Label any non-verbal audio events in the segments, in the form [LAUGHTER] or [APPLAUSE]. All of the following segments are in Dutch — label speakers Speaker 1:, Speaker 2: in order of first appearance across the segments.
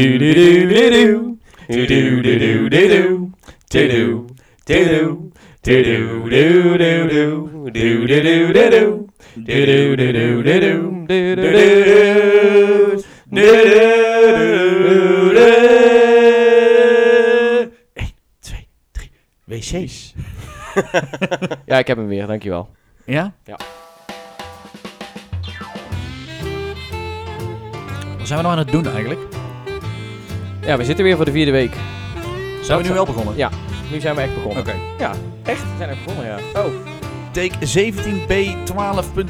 Speaker 1: Toedoedoedoedoe. Toedoedoedoedoe. Toedoe. Toedoe. Toedoedoedoedoe. Doedoedoedoedoe. Doedoedoedoedoe. Doedoedoedoedoe. Doedoedoedoedoe. 1, 2, 3. WC's. Ja, ik heb hem weer, dankjewel.
Speaker 2: Ja?
Speaker 1: Ja.
Speaker 2: Wat zijn we nou aan het doen eigenlijk?
Speaker 1: Ja, we zitten weer voor de vierde week.
Speaker 2: Zijn we nu wel begonnen?
Speaker 1: Ja. Nu zijn we echt begonnen.
Speaker 2: Oké.
Speaker 1: Echt? We zijn echt begonnen, ja. Oh.
Speaker 2: Take 17B 12.4.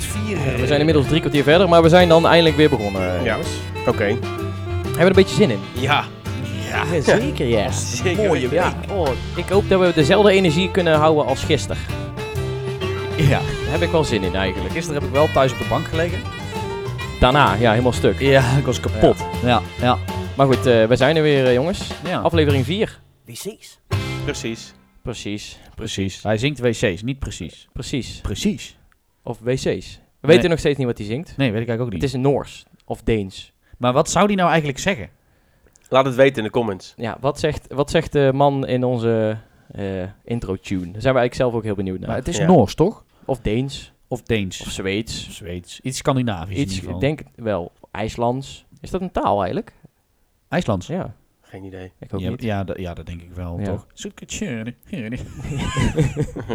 Speaker 1: We zijn inmiddels drie kwartier verder, maar we zijn dan eindelijk weer begonnen.
Speaker 3: Ja.
Speaker 1: jongens.
Speaker 3: Oké.
Speaker 1: Hebben we er een beetje zin in?
Speaker 3: Ja.
Speaker 2: Ja.
Speaker 1: zeker, ja.
Speaker 3: Zeker.
Speaker 2: Mooie
Speaker 3: weten.
Speaker 1: Ja. Oh, ik hoop dat we dezelfde energie kunnen houden als gisteren.
Speaker 2: Ja.
Speaker 1: Daar heb ik wel zin in eigenlijk.
Speaker 2: Gisteren heb ik wel thuis op de bank gelegen.
Speaker 1: Daarna, ja, helemaal stuk.
Speaker 2: Ja, ik was
Speaker 1: kapot.
Speaker 2: Ja, ja.
Speaker 1: Maar goed, eh, we zijn er weer, eh, jongens.
Speaker 2: ja.
Speaker 1: Aflevering 4.
Speaker 3: Precies. Precies.
Speaker 1: Precies,
Speaker 3: Precies.
Speaker 2: Hij zingt wc's, niet precies.
Speaker 1: precies.
Speaker 2: Precies?
Speaker 1: Of wc's. We
Speaker 2: Nee.
Speaker 1: weten nog steeds niet wat hij
Speaker 2: Nee,
Speaker 1: zingt.
Speaker 2: weet ik eigenlijk ook
Speaker 1: Het
Speaker 2: niet.
Speaker 1: is Noors of Deens.
Speaker 2: Maar wat zou die nou eigenlijk zeggen?
Speaker 3: Laat het weten in de comments.
Speaker 1: Ja, wat zegt, wat zegt de man in onze eh, intro-tune? Daar zijn we eigenlijk zelf ook heel benieuwd naar.
Speaker 2: maar het is
Speaker 3: ja.
Speaker 2: Noors, toch?
Speaker 1: Of Deens,
Speaker 2: Of Deens?
Speaker 1: of
Speaker 2: Of
Speaker 1: Zweeds.
Speaker 2: Zweeds? Iets Scandinavisch in
Speaker 1: Iets,
Speaker 2: ieder
Speaker 1: ik
Speaker 2: geval.
Speaker 1: denk het wel, IJslands. Is dat een taal eigenlijk?
Speaker 2: IJslands?
Speaker 1: Ja,
Speaker 3: Geen
Speaker 1: [LAUGHS]
Speaker 3: idee.
Speaker 1: ik ook
Speaker 2: ja,
Speaker 1: niet.
Speaker 2: Ja, dat- ja, dat denk ik wel,
Speaker 1: Ja.
Speaker 2: toch? Zoek het schöne, schöne.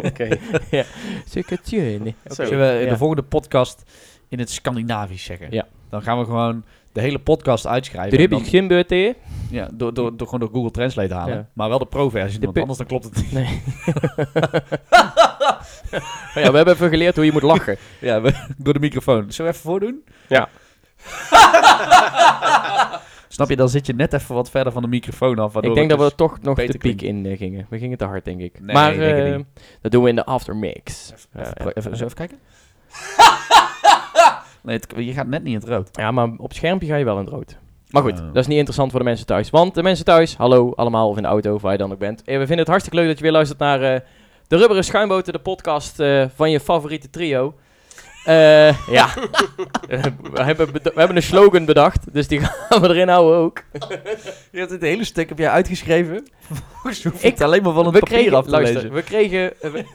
Speaker 3: Oké.
Speaker 1: Sukkertjene.
Speaker 3: Zo.
Speaker 2: Zullen we
Speaker 1: Ja.
Speaker 2: de volgende podcast in het Scandinavisch zeggen?
Speaker 1: Ja.
Speaker 2: Dan gaan we gewoon de hele podcast uitschrijven. en
Speaker 1: Drubbel
Speaker 2: dan- Oh
Speaker 1: Gimbeurte.
Speaker 2: ja, door, door, door, gewoon door Google Translate halen.
Speaker 1: Ja.
Speaker 2: Maar wel de pro-versie,
Speaker 1: De
Speaker 2: want
Speaker 1: pu-
Speaker 2: anders dan klopt het niet. [LAUGHS]
Speaker 1: Nee. ja, we hebben even geleerd hoe je moet lachen.
Speaker 2: Ja, we- door de microfoon. Zullen we even voordoen?
Speaker 3: Ja.
Speaker 2: [LAUGHS] Snap je, dan zit je net even wat verder van de microfoon af.
Speaker 1: [LAUGHS] ik denk dat we
Speaker 2: het dus-
Speaker 1: toch nog de
Speaker 2: beter
Speaker 1: piek
Speaker 2: klinkt.
Speaker 1: in eh, gingen. We gingen te hard, denk ik.
Speaker 2: Nee,
Speaker 1: maar
Speaker 2: ik denk het
Speaker 1: eh, dat doen we in de aftermix.
Speaker 2: dus- Even,
Speaker 1: Ja,
Speaker 2: pro-
Speaker 1: ja.
Speaker 2: even, zullen we even kijken? [LAUGHS] nee, het- je gaat net niet in het rood.
Speaker 1: Ja, maar op het schermpje ga je wel in het rood. Maar goed,
Speaker 2: Oh.
Speaker 1: dat is niet interessant voor de mensen thuis. Want de mensen thuis, hallo allemaal, of in de auto, of waar je dan ook bent. Eh, We vinden het hartstikke leuk dat je weer luistert naar eh, De Rubberen Schuimboten, de podcast eh, van je favoriete trio. Eh, ja, Eh, we, hebben beda- we hebben een slogan bedacht, dus die gaan we erin houden ook.
Speaker 2: Je hebt het hele stuk heb jij [LAUGHS] uitgeschreven. Volgens hoef
Speaker 1: je het
Speaker 2: alleen maar van
Speaker 1: we kregen, luister, We kregen, eh, we,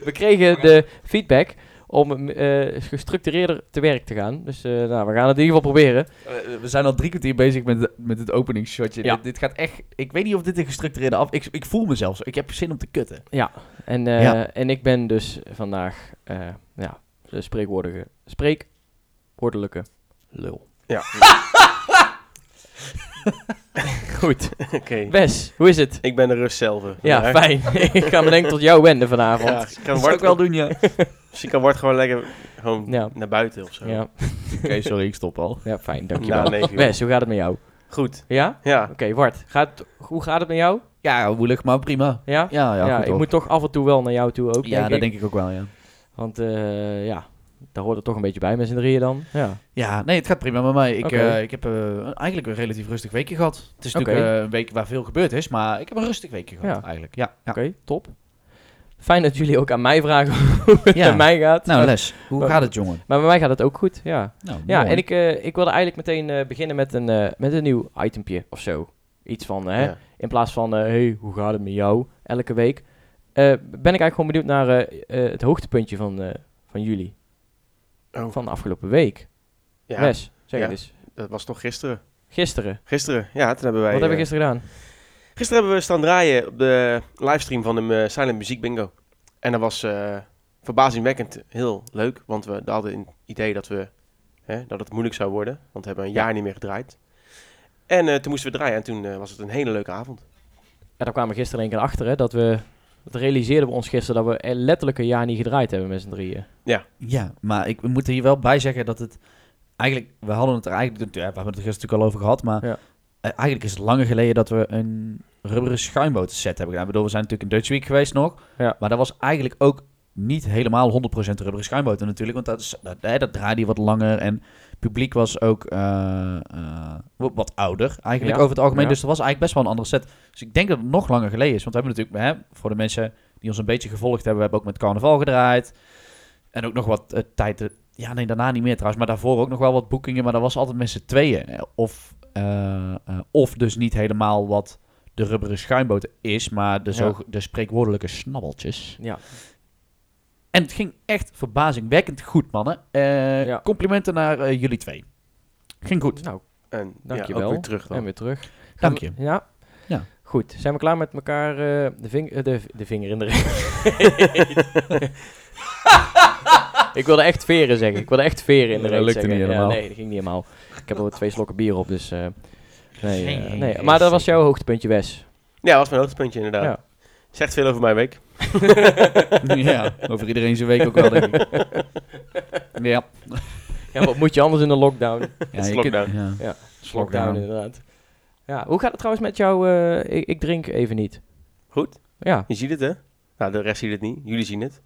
Speaker 1: [LAUGHS] we kregen de feedback om eh, gestructureerder te werk te gaan. Dus eh, nou, we gaan het in ieder geval proberen.
Speaker 2: Eh, We zijn al drie kwartier bezig met, de- met het openingsshotje.
Speaker 1: Ja.
Speaker 2: Dit, dit gaat echt... Ik weet niet of dit een gestructureerde af... Ik, ik voel mezelf zo. Ik heb zin om te kutten.
Speaker 1: En, eh,
Speaker 2: Ja.
Speaker 1: en ik ben dus vandaag eh, ja, de spreekwoordige, spreekwoordelijke lul. [LAUGHS]
Speaker 3: Ja.
Speaker 1: Goed.
Speaker 3: Oké.
Speaker 1: [LAUGHS] Wes, hoe is het?
Speaker 3: Ik ben de rust zelf. eh,
Speaker 1: Ja,
Speaker 3: vandaag.
Speaker 1: fijn. [LAUGHS] ik ga me denk ik tot jou wenden
Speaker 3: Ja,
Speaker 1: vanavond.
Speaker 3: ik kan Wart, wel
Speaker 2: doen, ja. Oké,
Speaker 3: Misschien kan Wart gewoon lekker gewoon
Speaker 1: Ja.
Speaker 3: naar buiten of zo.
Speaker 1: Ja,
Speaker 2: [LAUGHS]
Speaker 1: ja,
Speaker 2: sorry, ik stop al.
Speaker 1: fijn,
Speaker 3: Na
Speaker 1: dankjewel.
Speaker 3: negen uur.
Speaker 1: Wes, hoe gaat het met jou?
Speaker 3: Goed.
Speaker 1: Ja? Oké,
Speaker 3: Ja.
Speaker 1: Wart, gaat, hoe gaat het met jou?
Speaker 2: Ja, moeilijk, maar prima.
Speaker 1: Ja?
Speaker 2: Ja, ja, goed
Speaker 1: ik
Speaker 2: hoor.
Speaker 1: moet toch af en toe wel naar jou toe ook,
Speaker 2: Ja,
Speaker 1: denk
Speaker 2: dat
Speaker 1: ik.
Speaker 2: denk ik ook wel, ja.
Speaker 1: Want eh, ja, daar hoort het toch een beetje bij met z'n drieën dan. Ja.
Speaker 2: Ja, nee, het gaat prima met mij. Ik,
Speaker 1: Oké.
Speaker 2: eh, ik heb eh, eigenlijk een relatief rustig weekje gehad. Het is natuurlijk
Speaker 1: Oké.
Speaker 2: eh, een week waar veel gebeurd is, maar ik heb een rustig weekje gehad
Speaker 1: Ja.
Speaker 2: eigenlijk. Ja, ja.
Speaker 1: Oké, top. Fijn dat jullie ook aan mij vragen [LAUGHS] hoe het
Speaker 2: Ja.
Speaker 1: met mij gaat.
Speaker 2: Nou, Les, hoe
Speaker 1: Wel-
Speaker 2: gaat het, jongen?
Speaker 1: Maar bij mij gaat het ook goed, ja.
Speaker 2: Nou,
Speaker 1: Ja,
Speaker 2: mooi.
Speaker 1: en ik, eh, ik wilde eigenlijk meteen eh, beginnen met een, eh, met een nieuw itempje of zo. Iets van, eh, hè,
Speaker 3: Ja.
Speaker 1: in plaats van, hé, hey, hoe gaat het met jou elke week? eh, ben ik eigenlijk gewoon benieuwd naar eh, eh, het hoogtepuntje van, eh, van jullie.
Speaker 3: Oh.
Speaker 1: Van de afgelopen week.
Speaker 3: Ja,
Speaker 1: Wes, zeg
Speaker 3: Ja.
Speaker 1: het eens.
Speaker 3: Dat was toch gisteren?
Speaker 1: Gisteren.
Speaker 3: Gisteren. Ja, toen hebben wij...
Speaker 1: Wat hebben we
Speaker 3: eh,
Speaker 1: gisteren gedaan?
Speaker 3: Gisteren hebben we staan draaien op de livestream van de eh, Silent Muziek Bingo. En dat was eh, verbazingwekkend heel leuk, want we hadden het idee dat, we, hè, dat het moeilijk zou worden. Want we hebben een jaar niet meer gedraaid. En eh, toen moesten we draaien en toen eh, was het een hele leuke avond.
Speaker 1: Ja, daar kwamen we gisteren een keer achter, hè, dat we... Dat realiseerden we ons gisteren dat we eh, letterlijk een jaar niet gedraaid hebben met z'n drieën.
Speaker 2: Ja, maar ik moet er hier wel bij zeggen dat het eigenlijk, we hadden het er eigenlijk, ja, we hebben het er gisteren natuurlijk al over gehad, maar
Speaker 1: Ja.
Speaker 2: eh, eigenlijk is het langer geleden dat we een rubberen schuimbotenset hebben gedaan. Ik bedoel, we zijn natuurlijk in Dutch Week geweest nog,
Speaker 1: Ja.
Speaker 2: maar dat was eigenlijk ook niet helemaal 100% rubberen schuimboten natuurlijk, want dat, is- dat, hè, dat draaide je wat langer en het publiek was ook eh, eh, wat- wat ouder eigenlijk
Speaker 1: Ja.
Speaker 2: over het algemeen,
Speaker 1: Ja.
Speaker 2: dus dat was eigenlijk best wel een andere set. Dus ik denk dat het nog langer geleden is, want we hebben natuurlijk, hè, voor de mensen die ons een beetje gevolgd hebben, we hebben ook met carnaval gedraaid. En ook nog wat eh, tijd. eh, ja, nee, daarna niet meer trouwens. Maar daarvoor ook nog wel wat boekingen. Maar dat was altijd met z'n tweeën. Eh, Of eh, eh, of dus niet helemaal wat de rubberen schuimboot is, maar de, zo, de spreekwoordelijke snabbeltjes.
Speaker 1: Ja.
Speaker 2: En het ging echt verbazingwekkend goed, mannen. Eh,
Speaker 1: Ja.
Speaker 2: Complimenten naar eh, jullie twee. Ging goed.
Speaker 1: Nou,
Speaker 3: En ja,
Speaker 1: Dankjewel.
Speaker 3: ook weer terug dan.
Speaker 1: en weer terug.
Speaker 2: Dank je.
Speaker 1: Ja.
Speaker 2: Ja.
Speaker 1: Goed, zijn we klaar met elkaar eh, de, ving- eh, de, de vinger in
Speaker 2: [LAUGHS]
Speaker 1: de reet? ik wilde echt veren zeggen. Ik wilde echt veren in de
Speaker 2: Dat
Speaker 1: reet
Speaker 2: lukte
Speaker 1: zeggen.
Speaker 2: niet
Speaker 1: Ja,
Speaker 2: helemaal.
Speaker 1: nee, dat ging niet helemaal. Ik heb al twee slokken bier op, dus... eh, nee,
Speaker 2: Geen
Speaker 1: eh, nee.
Speaker 2: idee.
Speaker 1: Maar dat was jouw hoogtepuntje, Wes.
Speaker 3: Ja, dat was mijn hoogtepuntje inderdaad.
Speaker 1: Ja.
Speaker 3: Zegt veel over mijn week.
Speaker 2: [LAUGHS] ja, over iedereen zijn week ook wel, denk ik. Ja.
Speaker 1: Ja, wat moet je anders in de
Speaker 2: [LAUGHS]
Speaker 1: lockdown?
Speaker 2: ja
Speaker 3: is
Speaker 2: je kunt-
Speaker 3: lockdown.
Speaker 2: ja.
Speaker 1: Lockdown, inderdaad. Ja, hoe gaat het trouwens met jou? eh, ik, ik drink even niet.
Speaker 3: Goed.
Speaker 1: Ja.
Speaker 3: Je ziet het, hè? Nou, de rest ziet het niet. Jullie zien het.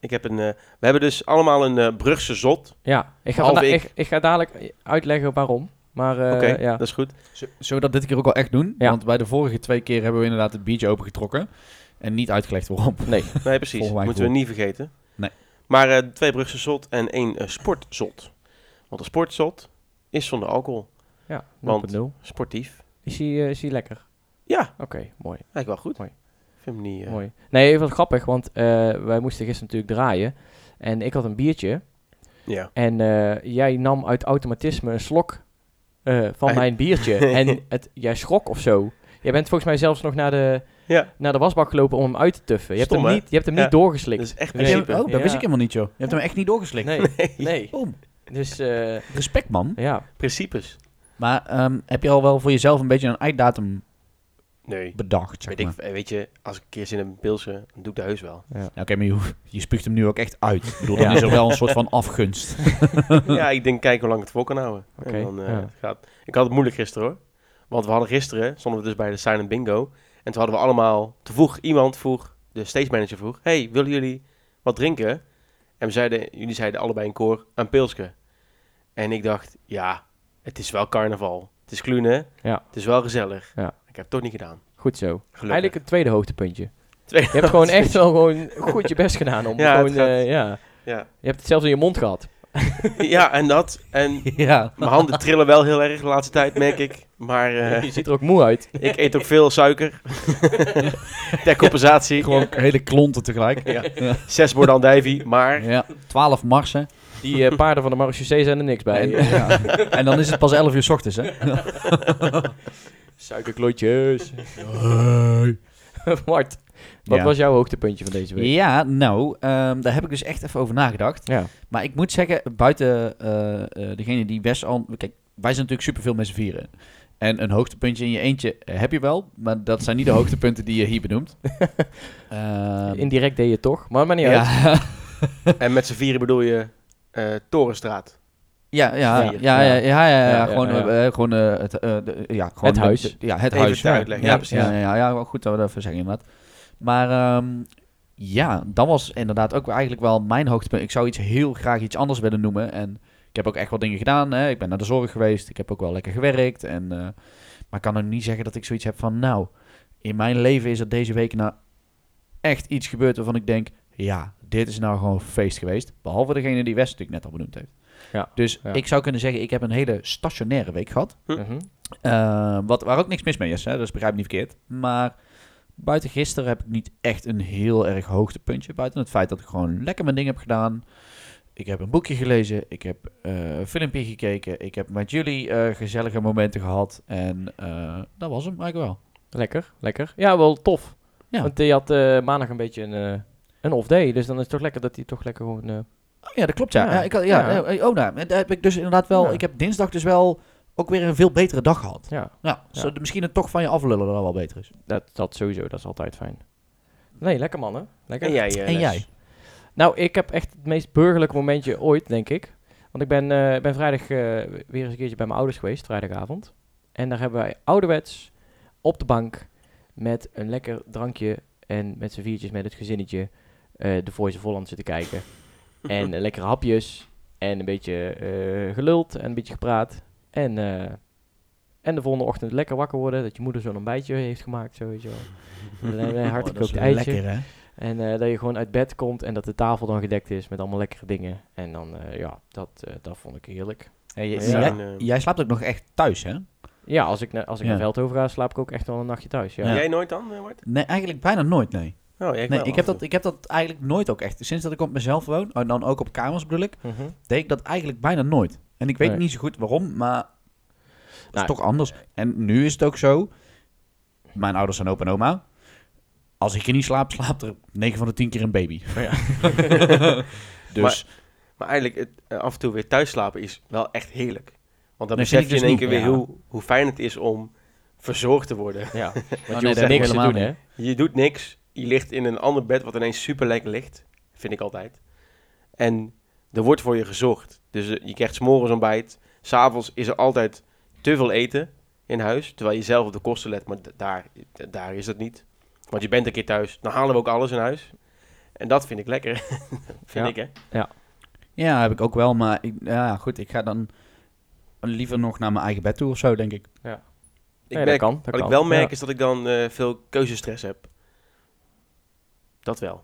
Speaker 3: Ik heb een, eh, we hebben dus allemaal een eh, Brugse zot.
Speaker 1: Ja, ik ga,
Speaker 3: Behalve
Speaker 1: vanda-
Speaker 3: ik.
Speaker 1: ik, ik ga dadelijk uitleggen waarom. Maar eh,
Speaker 3: Oké,
Speaker 1: ja.
Speaker 3: dat is goed.
Speaker 2: Z- Zullen we dat dit keer ook wel echt doen?
Speaker 1: Ja.
Speaker 2: Want bij de vorige twee keer hebben we inderdaad het biertje opengetrokken. En niet uitgelegd waarom.
Speaker 1: Nee,
Speaker 3: Nee,
Speaker 2: Volgens
Speaker 3: precies.
Speaker 2: mij
Speaker 3: Moeten we
Speaker 2: goed.
Speaker 3: niet vergeten.
Speaker 2: Nee.
Speaker 3: Maar eh, twee Brugse zot en één eh, sportzot. Want een sportzot is zonder alcohol.
Speaker 1: ja,
Speaker 3: Want-
Speaker 1: 0.0.
Speaker 3: Sportief.
Speaker 1: Is hij, eh, is hij lekker?
Speaker 3: Ja,
Speaker 1: Oké, mooi,
Speaker 3: lijkt wel goed.
Speaker 1: Mooi.
Speaker 3: Ik vind hem niet... eh,
Speaker 1: mooi. Nee, even wat grappig, want eh, wij moesten gisteren natuurlijk draaien. En ik had een biertje.
Speaker 3: Ja.
Speaker 1: En eh, jij nam uit automatisme een slok eh, van
Speaker 3: Ah,
Speaker 1: mijn
Speaker 3: [LAUGHS]
Speaker 1: biertje. en het, jij schrok of zo. Jij bent volgens mij zelfs nog naar de,
Speaker 3: Ja,
Speaker 1: naar de wasbak gelopen om hem uit te tuffen. Je hebt
Speaker 3: Stom,
Speaker 1: hem
Speaker 3: hè?
Speaker 1: niet, je hebt hem
Speaker 3: Ja.
Speaker 1: niet doorgeslikt.
Speaker 3: dat is echt
Speaker 1: Nee.
Speaker 2: Heb je-
Speaker 3: principe.
Speaker 2: oh, dat
Speaker 1: Ja.
Speaker 2: wist ik helemaal niet, joh. Je hebt hem echt niet doorgeslikt.
Speaker 1: nee,
Speaker 3: [LAUGHS]
Speaker 1: nee.
Speaker 2: Oh,
Speaker 1: Dus eh,
Speaker 2: respect, man.
Speaker 1: ja,
Speaker 3: Principes.
Speaker 2: Maar ehm, heb je al wel voor jezelf een beetje een einddatum
Speaker 3: Nee.
Speaker 2: bedacht? Zeg
Speaker 3: Weet,
Speaker 2: maar?
Speaker 3: ik, eh, weet je, als ik een keer zin heb in pilsen, dan doe ik dat heus wel.
Speaker 2: Ja, Oké, maar je, hoeft- je spuugt hem nu ook echt uit. Ik bedoel, dan
Speaker 1: Ja.
Speaker 2: is er wel een soort van afgunst.
Speaker 3: ja, ik denk, kijk hoe lang ik het vol kan houden. En
Speaker 1: Oké,
Speaker 3: dan, eh,
Speaker 1: ja.
Speaker 3: het gaat. Ik had het moeilijk gisteren hoor. Want we hadden gisteren, stonden we dus bij de Silent Bingo. En toen hadden we allemaal, te vroeg iemand vroeg, de stage manager vroeg, hey, willen jullie wat drinken? En we zeiden, jullie zeiden allebei in koor, een pilske. En ik dacht, ja, het is wel carnaval. Het is klunen,
Speaker 1: Ja.
Speaker 3: het is wel gezellig.
Speaker 1: Ja.
Speaker 3: Ik heb het toch niet gedaan.
Speaker 1: goed zo.
Speaker 3: Gelukkig.
Speaker 1: Eigenlijk het tweede hoogtepuntje.
Speaker 3: Tweede
Speaker 1: Je hebt gewoon echt wel gewoon goed je best gedaan om
Speaker 3: [LAUGHS] Ja, het
Speaker 1: gewoon,
Speaker 3: gaat-
Speaker 1: eh, ja.
Speaker 3: Ja, [LAUGHS]
Speaker 1: Je hebt het zelfs in je mond gehad.
Speaker 3: ja en dat.
Speaker 1: [LAUGHS]
Speaker 3: En
Speaker 2: ja.
Speaker 3: mijn handen trillen wel heel erg de laatste tijd, merk ik. Maar eh,
Speaker 1: Je ziet er ook moe uit.
Speaker 3: ik eet ook veel
Speaker 2: [LAUGHS]
Speaker 3: suiker. Ter compensatie.
Speaker 2: Gewoon hele klonten tegelijk. Ja. Ja.
Speaker 3: Zes borden andijvie, maar...
Speaker 2: 12 marsen.
Speaker 1: Die eh, paarden van de marechaussee zijn er niks bij.
Speaker 2: En,
Speaker 1: [LAUGHS]
Speaker 2: ja. en dan is het pas 11 uur 's ochtends, hè?
Speaker 1: Suikerklotjes. [LAUGHS] Mart, wat
Speaker 2: Ja.
Speaker 1: was jouw hoogtepuntje van deze week?
Speaker 2: Ja, nou, ehm, daar heb ik dus echt even over nagedacht.
Speaker 1: Ja,
Speaker 2: Maar ik moet zeggen, buiten eh, eh, degene die best al... Kijk, wij zijn natuurlijk superveel met z'n vieren. En een hoogtepuntje in je eentje eh, heb je wel. Maar dat zijn niet de hoogtepunten die je hier
Speaker 1: [LAUGHS]
Speaker 2: benoemt. Ehm,
Speaker 1: indirect deed je toch, maar maar niet uit.
Speaker 2: ja,
Speaker 3: En met z'n vieren bedoel je eh,
Speaker 2: [LAUGHS]
Speaker 3: Torenstraat.
Speaker 2: ja, ja, ja,
Speaker 3: Vier.
Speaker 2: ja, ja, ja, ja,
Speaker 1: Ja,
Speaker 2: gewoon,
Speaker 1: ja,
Speaker 2: eh, eh, gewoon, eh, het, eh, de- ja, gewoon
Speaker 1: Het huis.
Speaker 2: de- ja, het
Speaker 3: Even
Speaker 2: huis.
Speaker 3: te uitleggen, ja, precies.
Speaker 2: Ja, ja, ja, wel goed dat we dat even zeggen inderdaad. Maar ehm, ja, dat was inderdaad ook eigenlijk wel mijn hoogtepunt. Ik zou iets heel graag iets anders willen noemen. En ik heb ook echt wel dingen gedaan. Hè. Ik ben naar de zorg geweest. Ik heb ook wel lekker gewerkt. En, eh, maar ik kan ook niet zeggen dat ik zoiets heb van... Nou, in mijn leven is er deze week nou echt iets gebeurd waarvan ik denk... Ja, dit is nou gewoon feest geweest. Behalve degene die West natuurlijk net al benoemd heeft.
Speaker 1: Ja,
Speaker 2: dus
Speaker 1: ja.
Speaker 2: ik zou kunnen zeggen, ik heb een hele stationaire week gehad.
Speaker 1: Mhm.
Speaker 2: Eh, wat, waar ook niks mis mee is, hè? dus begrijp me niet verkeerd. Maar buiten gisteren heb ik niet echt een heel erg hoogtepuntje. Buiten het feit dat ik gewoon lekker mijn ding heb gedaan. Ik heb een boekje gelezen, ik heb eh, een filmpje gekeken, ik heb met jullie eh, gezellige momenten gehad. En eh, dat was hem eigenlijk wel.
Speaker 1: Lekker, lekker. Ja, wel tof.
Speaker 2: Ja.
Speaker 1: Want je had eh, maandag een beetje een, eh, een off day, dus dan is het toch lekker dat hij toch lekker gewoon... eh,
Speaker 2: Oh, ja, dat klopt ja.
Speaker 1: Ja.
Speaker 2: Ja, ik had, ja,
Speaker 1: Ja.
Speaker 2: eh, Oh, nou, daar heb ik dus inderdaad wel,
Speaker 1: Ja.
Speaker 2: ik heb dinsdag dus wel ook weer een veel betere dag gehad.
Speaker 1: ja,
Speaker 2: Ja,
Speaker 1: Ja.
Speaker 2: zodat misschien het toch van je aflullen dat wel beter is.
Speaker 1: dat, dat sowieso, dat is altijd fijn. Nee, lekker man, hè? Lekker.
Speaker 3: En jij, eh,
Speaker 2: en
Speaker 3: Les?
Speaker 2: jij?
Speaker 1: Nou, ik heb echt het meest burgerlijke momentje ooit, denk ik. Want ik ben, eh, ben vrijdag eh, weer eens een keertje bij mijn ouders geweest, vrijdagavond. En daar hebben wij ouderwets op de bank met een lekker drankje en met z'n viertjes met het gezinnetje eh, de Voice of Holland zitten
Speaker 2: [LAUGHS]
Speaker 1: kijken. en eh, lekkere hapjes en een beetje eh geluld en een beetje gepraat. En, eh, en de volgende ochtend lekker wakker worden dat je moeder zo'n ontbijtje heeft gemaakt, sowieso.
Speaker 2: [LAUGHS]
Speaker 1: Een
Speaker 2: Oh, dat is
Speaker 1: hardgekookt
Speaker 2: wel
Speaker 1: eitje.
Speaker 2: lekker hè?
Speaker 1: En eh, dat je gewoon uit bed komt en dat de tafel dan gedekt is met allemaal lekkere dingen. En dan, eh, ja, dat, eh, dat vond ik heerlijk.
Speaker 2: Hey,
Speaker 3: Ja,
Speaker 2: jij,
Speaker 3: en, eh,
Speaker 2: jij slaapt ook nog echt thuis, hè?
Speaker 1: Ja, als ik, na- als ik
Speaker 2: Ja.
Speaker 1: naar Veldhoven ga, slaap ik ook echt wel een nachtje thuis. Ja.
Speaker 2: Ja.
Speaker 3: Jij nooit dan, eh, Mart?
Speaker 2: Nee, eigenlijk bijna nooit, nee.
Speaker 3: Oh, ik
Speaker 2: nee
Speaker 3: wel,
Speaker 2: ik,
Speaker 3: af
Speaker 2: heb
Speaker 3: en
Speaker 2: dat, ik heb dat eigenlijk nooit ook echt. Sinds dat ik op mezelf woon, en dan ook op kamers bedoel ik,
Speaker 1: Mhm.
Speaker 2: deed ik dat eigenlijk bijna nooit. En ik weet
Speaker 1: Nee.
Speaker 2: niet zo goed waarom, maar het is
Speaker 1: Nou,
Speaker 2: toch anders. En nu is het ook zo. Mijn ouders zijn opa en oma. Als ik er niet slaap, slaapt er 9 van de 10 keer een baby.
Speaker 1: Ja.
Speaker 2: [LAUGHS] dus
Speaker 3: toe. Maar eigenlijk, het, eh, af en toe weer thuis slapen is wel echt heerlijk. Want dan
Speaker 2: Nee, vind
Speaker 3: besef
Speaker 2: ik
Speaker 3: je
Speaker 2: dus
Speaker 3: in één
Speaker 2: niet,
Speaker 3: keer weer
Speaker 2: ja.
Speaker 3: hoe, hoe fijn het is om verzorgd te worden.
Speaker 1: Ja, want
Speaker 2: nee,
Speaker 1: je
Speaker 2: dat
Speaker 1: hoeft
Speaker 2: heb ik
Speaker 1: niks te
Speaker 2: helemaal
Speaker 1: doen, hè?
Speaker 3: Je doet niks. Je ligt in een ander bed wat ineens super lekker ligt. Vind ik altijd. En er wordt voor je gezorgd. Dus eh, je krijgt s'morgens ontbijt. S'avonds is er altijd te veel eten in huis. Terwijl je zelf op de kosten let. Maar d- daar, d- daar is dat niet. Want je bent een keer thuis. Dan halen we ook alles in huis. En dat vind ik lekker. [LAUGHS] vind
Speaker 1: Ja.
Speaker 3: ik, hè?
Speaker 2: ja, heb ik ook wel. Maar ik, ja, goed, ik ga dan liever nog naar mijn eigen bed toe of zo, denk ik.
Speaker 3: Ik
Speaker 1: Nee, dat
Speaker 3: merk,
Speaker 1: kan, dat
Speaker 3: wat ik
Speaker 1: kan.
Speaker 3: wel merk
Speaker 1: Ja.
Speaker 3: is dat ik dan eh, veel keuzestress heb. Dat wel.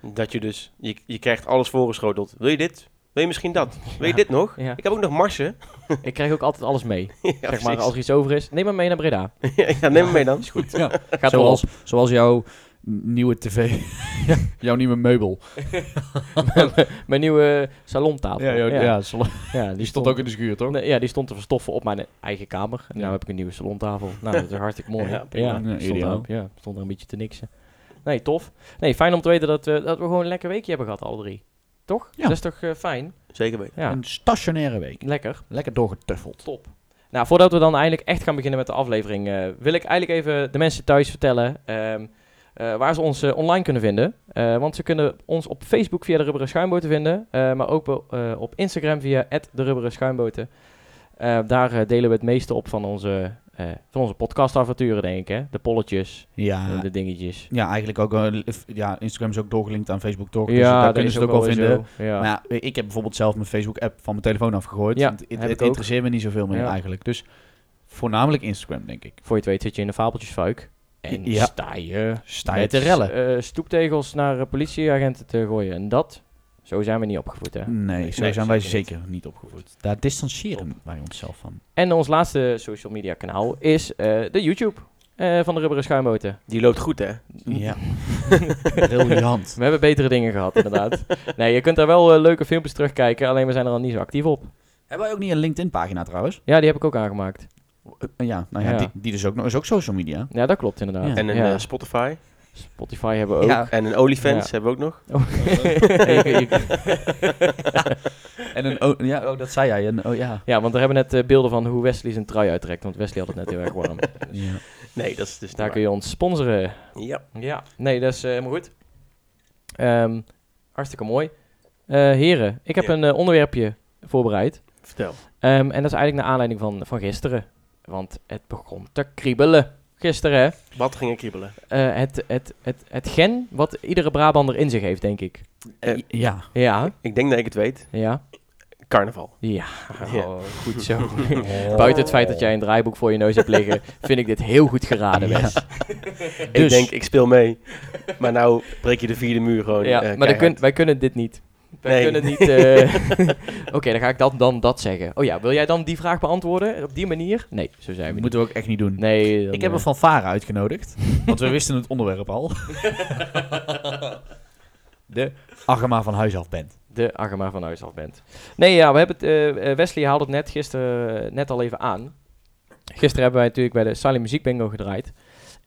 Speaker 3: Dat je dus... Je, je krijgt alles voorgeschoteld. Wil je dit? Wil je misschien dat? Wil je
Speaker 1: Ja.
Speaker 3: dit nog?
Speaker 1: [LAUGHS] Ja.
Speaker 3: Ik heb ook nog marsen.
Speaker 1: Ik krijg ook altijd alles mee.
Speaker 3: Ja,
Speaker 1: zeg maar,
Speaker 3: precies.
Speaker 1: als er iets over is, neem maar mee naar Breda.
Speaker 3: [LAUGHS] ja, neem me mee dan.
Speaker 1: Is goed.
Speaker 2: Ja.
Speaker 1: Gaat wel
Speaker 2: zoals, zoals jouw nieuwe tv. Ja, [LAUGHS] jouw nieuwe meubel.
Speaker 1: Mijn nieuwe eh, salontafel. Ja,
Speaker 2: die stond ook in de schuur, toch?
Speaker 1: Nee, ja, die stond te verstoffen op mijn eigen kamer. En
Speaker 2: Ja.
Speaker 1: nu heb ik een nieuwe salontafel. Nou, dat
Speaker 3: [LAUGHS]
Speaker 1: is hartstikke mooi.
Speaker 3: Ja,
Speaker 1: ja,
Speaker 3: prima.
Speaker 2: Ja,
Speaker 1: stond
Speaker 2: ideaal.
Speaker 1: er, ja, stond er een beetje te niksen. Nee, tof. Nee, fijn om te weten dat, eh, dat we gewoon een lekker weekje hebben gehad, alle drie. Toch?
Speaker 2: Ja.
Speaker 1: Dat is toch eh, fijn?
Speaker 3: Zeker weten.
Speaker 1: Ja,
Speaker 2: Een stationaire week.
Speaker 1: lekker.
Speaker 2: Lekker doorgetuffeld.
Speaker 1: Top. Nou, voordat we dan eigenlijk echt gaan beginnen met de aflevering, eh, wil ik eigenlijk even de mensen thuis vertellen ehm, eh, waar ze ons eh, online kunnen vinden. Eh, want ze kunnen ons op Facebook via de Rubberen Schuimboten vinden, eh, maar ook wel, eh, op Instagram via de Rubberen Schuimboten. Eh, daar eh, delen we het meeste op van onze, eh, van onze podcastavonturen, denk ik. Hè? De polletjes,
Speaker 2: Ja.
Speaker 1: eh, de dingetjes.
Speaker 2: ja, eigenlijk ook. eh, f- ja, Instagram is ook doorgelinkt aan Facebook, toch? Dus
Speaker 1: ja,
Speaker 2: daar
Speaker 1: dat
Speaker 2: kunnen
Speaker 1: is
Speaker 2: ze het ook wel
Speaker 1: weer
Speaker 2: vinden.
Speaker 1: zo. Ja.
Speaker 2: Maar ja, eh, ik heb bijvoorbeeld zelf mijn Facebook-app van mijn telefoon afgegooid.
Speaker 1: Ja,
Speaker 2: want het
Speaker 1: heb
Speaker 2: het
Speaker 1: ik ook.
Speaker 2: interesseert me niet zoveel meer
Speaker 1: Ja.
Speaker 2: eigenlijk. Dus voornamelijk Instagram, denk ik.
Speaker 1: Voor je het weet zit je in de fabeltjesfuik en
Speaker 2: Ja.
Speaker 1: sta je
Speaker 2: Sta je
Speaker 1: Met
Speaker 2: te rellen?
Speaker 1: eh, stoeptegels naar eh, politieagenten te gooien. En dat, zo zijn we niet opgevoed, hè.
Speaker 2: Nee, zo
Speaker 3: Nee,
Speaker 2: zijn wij
Speaker 3: zeker niet.
Speaker 2: zeker niet opgevoed. Daar distancieren wij onszelf van.
Speaker 1: En ons laatste social media kanaal is eh, de YouTube eh, van de Rubberen Schuimboten.
Speaker 3: Die loopt goed, hè?
Speaker 2: Ja. [LAUGHS] Briljant.
Speaker 1: We hebben betere dingen gehad,
Speaker 2: [LAUGHS]
Speaker 1: inderdaad. nee, je kunt daar wel eh, leuke filmpjes terugkijken, alleen we zijn er al niet zo actief op.
Speaker 2: Hebben wij ook niet een LinkedIn-pagina trouwens?
Speaker 1: Ja, die heb ik ook aangemaakt.
Speaker 2: Eh, Ja, nou ja,
Speaker 1: Ja.
Speaker 2: Die, die dus ook, nog- is ook social media.
Speaker 1: Ja, dat klopt inderdaad.
Speaker 2: Ja.
Speaker 3: En een
Speaker 1: Ja.
Speaker 3: eh, Spotify.
Speaker 1: Spotify hebben we ook.
Speaker 2: Ja.
Speaker 3: En een OnlyFans
Speaker 1: Ja.
Speaker 3: hebben we ook nog.
Speaker 1: Oh.
Speaker 2: En een, oh, ja, oh, dat zei jij. Een, oh, ja.
Speaker 1: [LAUGHS] ja, want er hebben net eh, beelden van hoe Wesley zijn trui uittrekt. Want Wesley had het net heel erg warm. Dus
Speaker 2: ja.
Speaker 3: Nee, dat is dus
Speaker 1: daar kun je ons sponsoren.
Speaker 3: Ja.
Speaker 1: Ja, nee, dat is eh, helemaal goed. Ehm, hartstikke mooi. Eh, heren, ik heb
Speaker 3: Ja.
Speaker 1: een eh, onderwerpje voorbereid.
Speaker 3: Vertel.
Speaker 1: Ehm, en dat is eigenlijk naar aanleiding van, van gisteren. Want het begon te kriebelen. Gisteren, hè?
Speaker 3: Wat ging er kriebelen?
Speaker 1: Eh, het, het, het, het gen wat iedere Brabander in zich heeft, denk ik.
Speaker 3: Eh,
Speaker 2: ja.
Speaker 1: Ja,
Speaker 3: Ik denk dat ik het weet.
Speaker 1: ja,
Speaker 3: Carnaval.
Speaker 1: ja.
Speaker 3: Ja. Oh.
Speaker 1: Oh, goed
Speaker 3: [LAUGHS]
Speaker 1: zo. Buiten het feit dat jij een draaiboek voor je neus hebt liggen, vind ik dit heel goed geraden, Wes.
Speaker 3: Ik
Speaker 1: Dus-
Speaker 3: denk, ik speel mee. maar nou breek je de vierde muur gewoon.
Speaker 1: Ja, maar
Speaker 3: eh,
Speaker 1: dan kun,
Speaker 3: keihard.
Speaker 1: wij kunnen dit niet. Wij
Speaker 3: Nee.
Speaker 1: kunnen
Speaker 3: [LAUGHS]
Speaker 1: niet. eh, [LAUGHS] Oké, dan ga ik dan, dan dat zeggen. Oh ja, wil jij dan die vraag beantwoorden op die manier? Nee, zo zijn we niet.
Speaker 2: moeten we ook echt niet doen.
Speaker 1: Nee, dan,
Speaker 2: Ik heb
Speaker 1: eh,
Speaker 2: een fanfare uitgenodigd, want we wisten het onderwerp [LAUGHS] al. De Agama van huis af bent.
Speaker 1: de Agama van huis af bent. Nee, ja, we hebben het, eh, eh, Wesley haalde het net gisteren eh, net al even aan. Gisteren hebben wij natuurlijk bij de Silent Muziek Bingo gedraaid.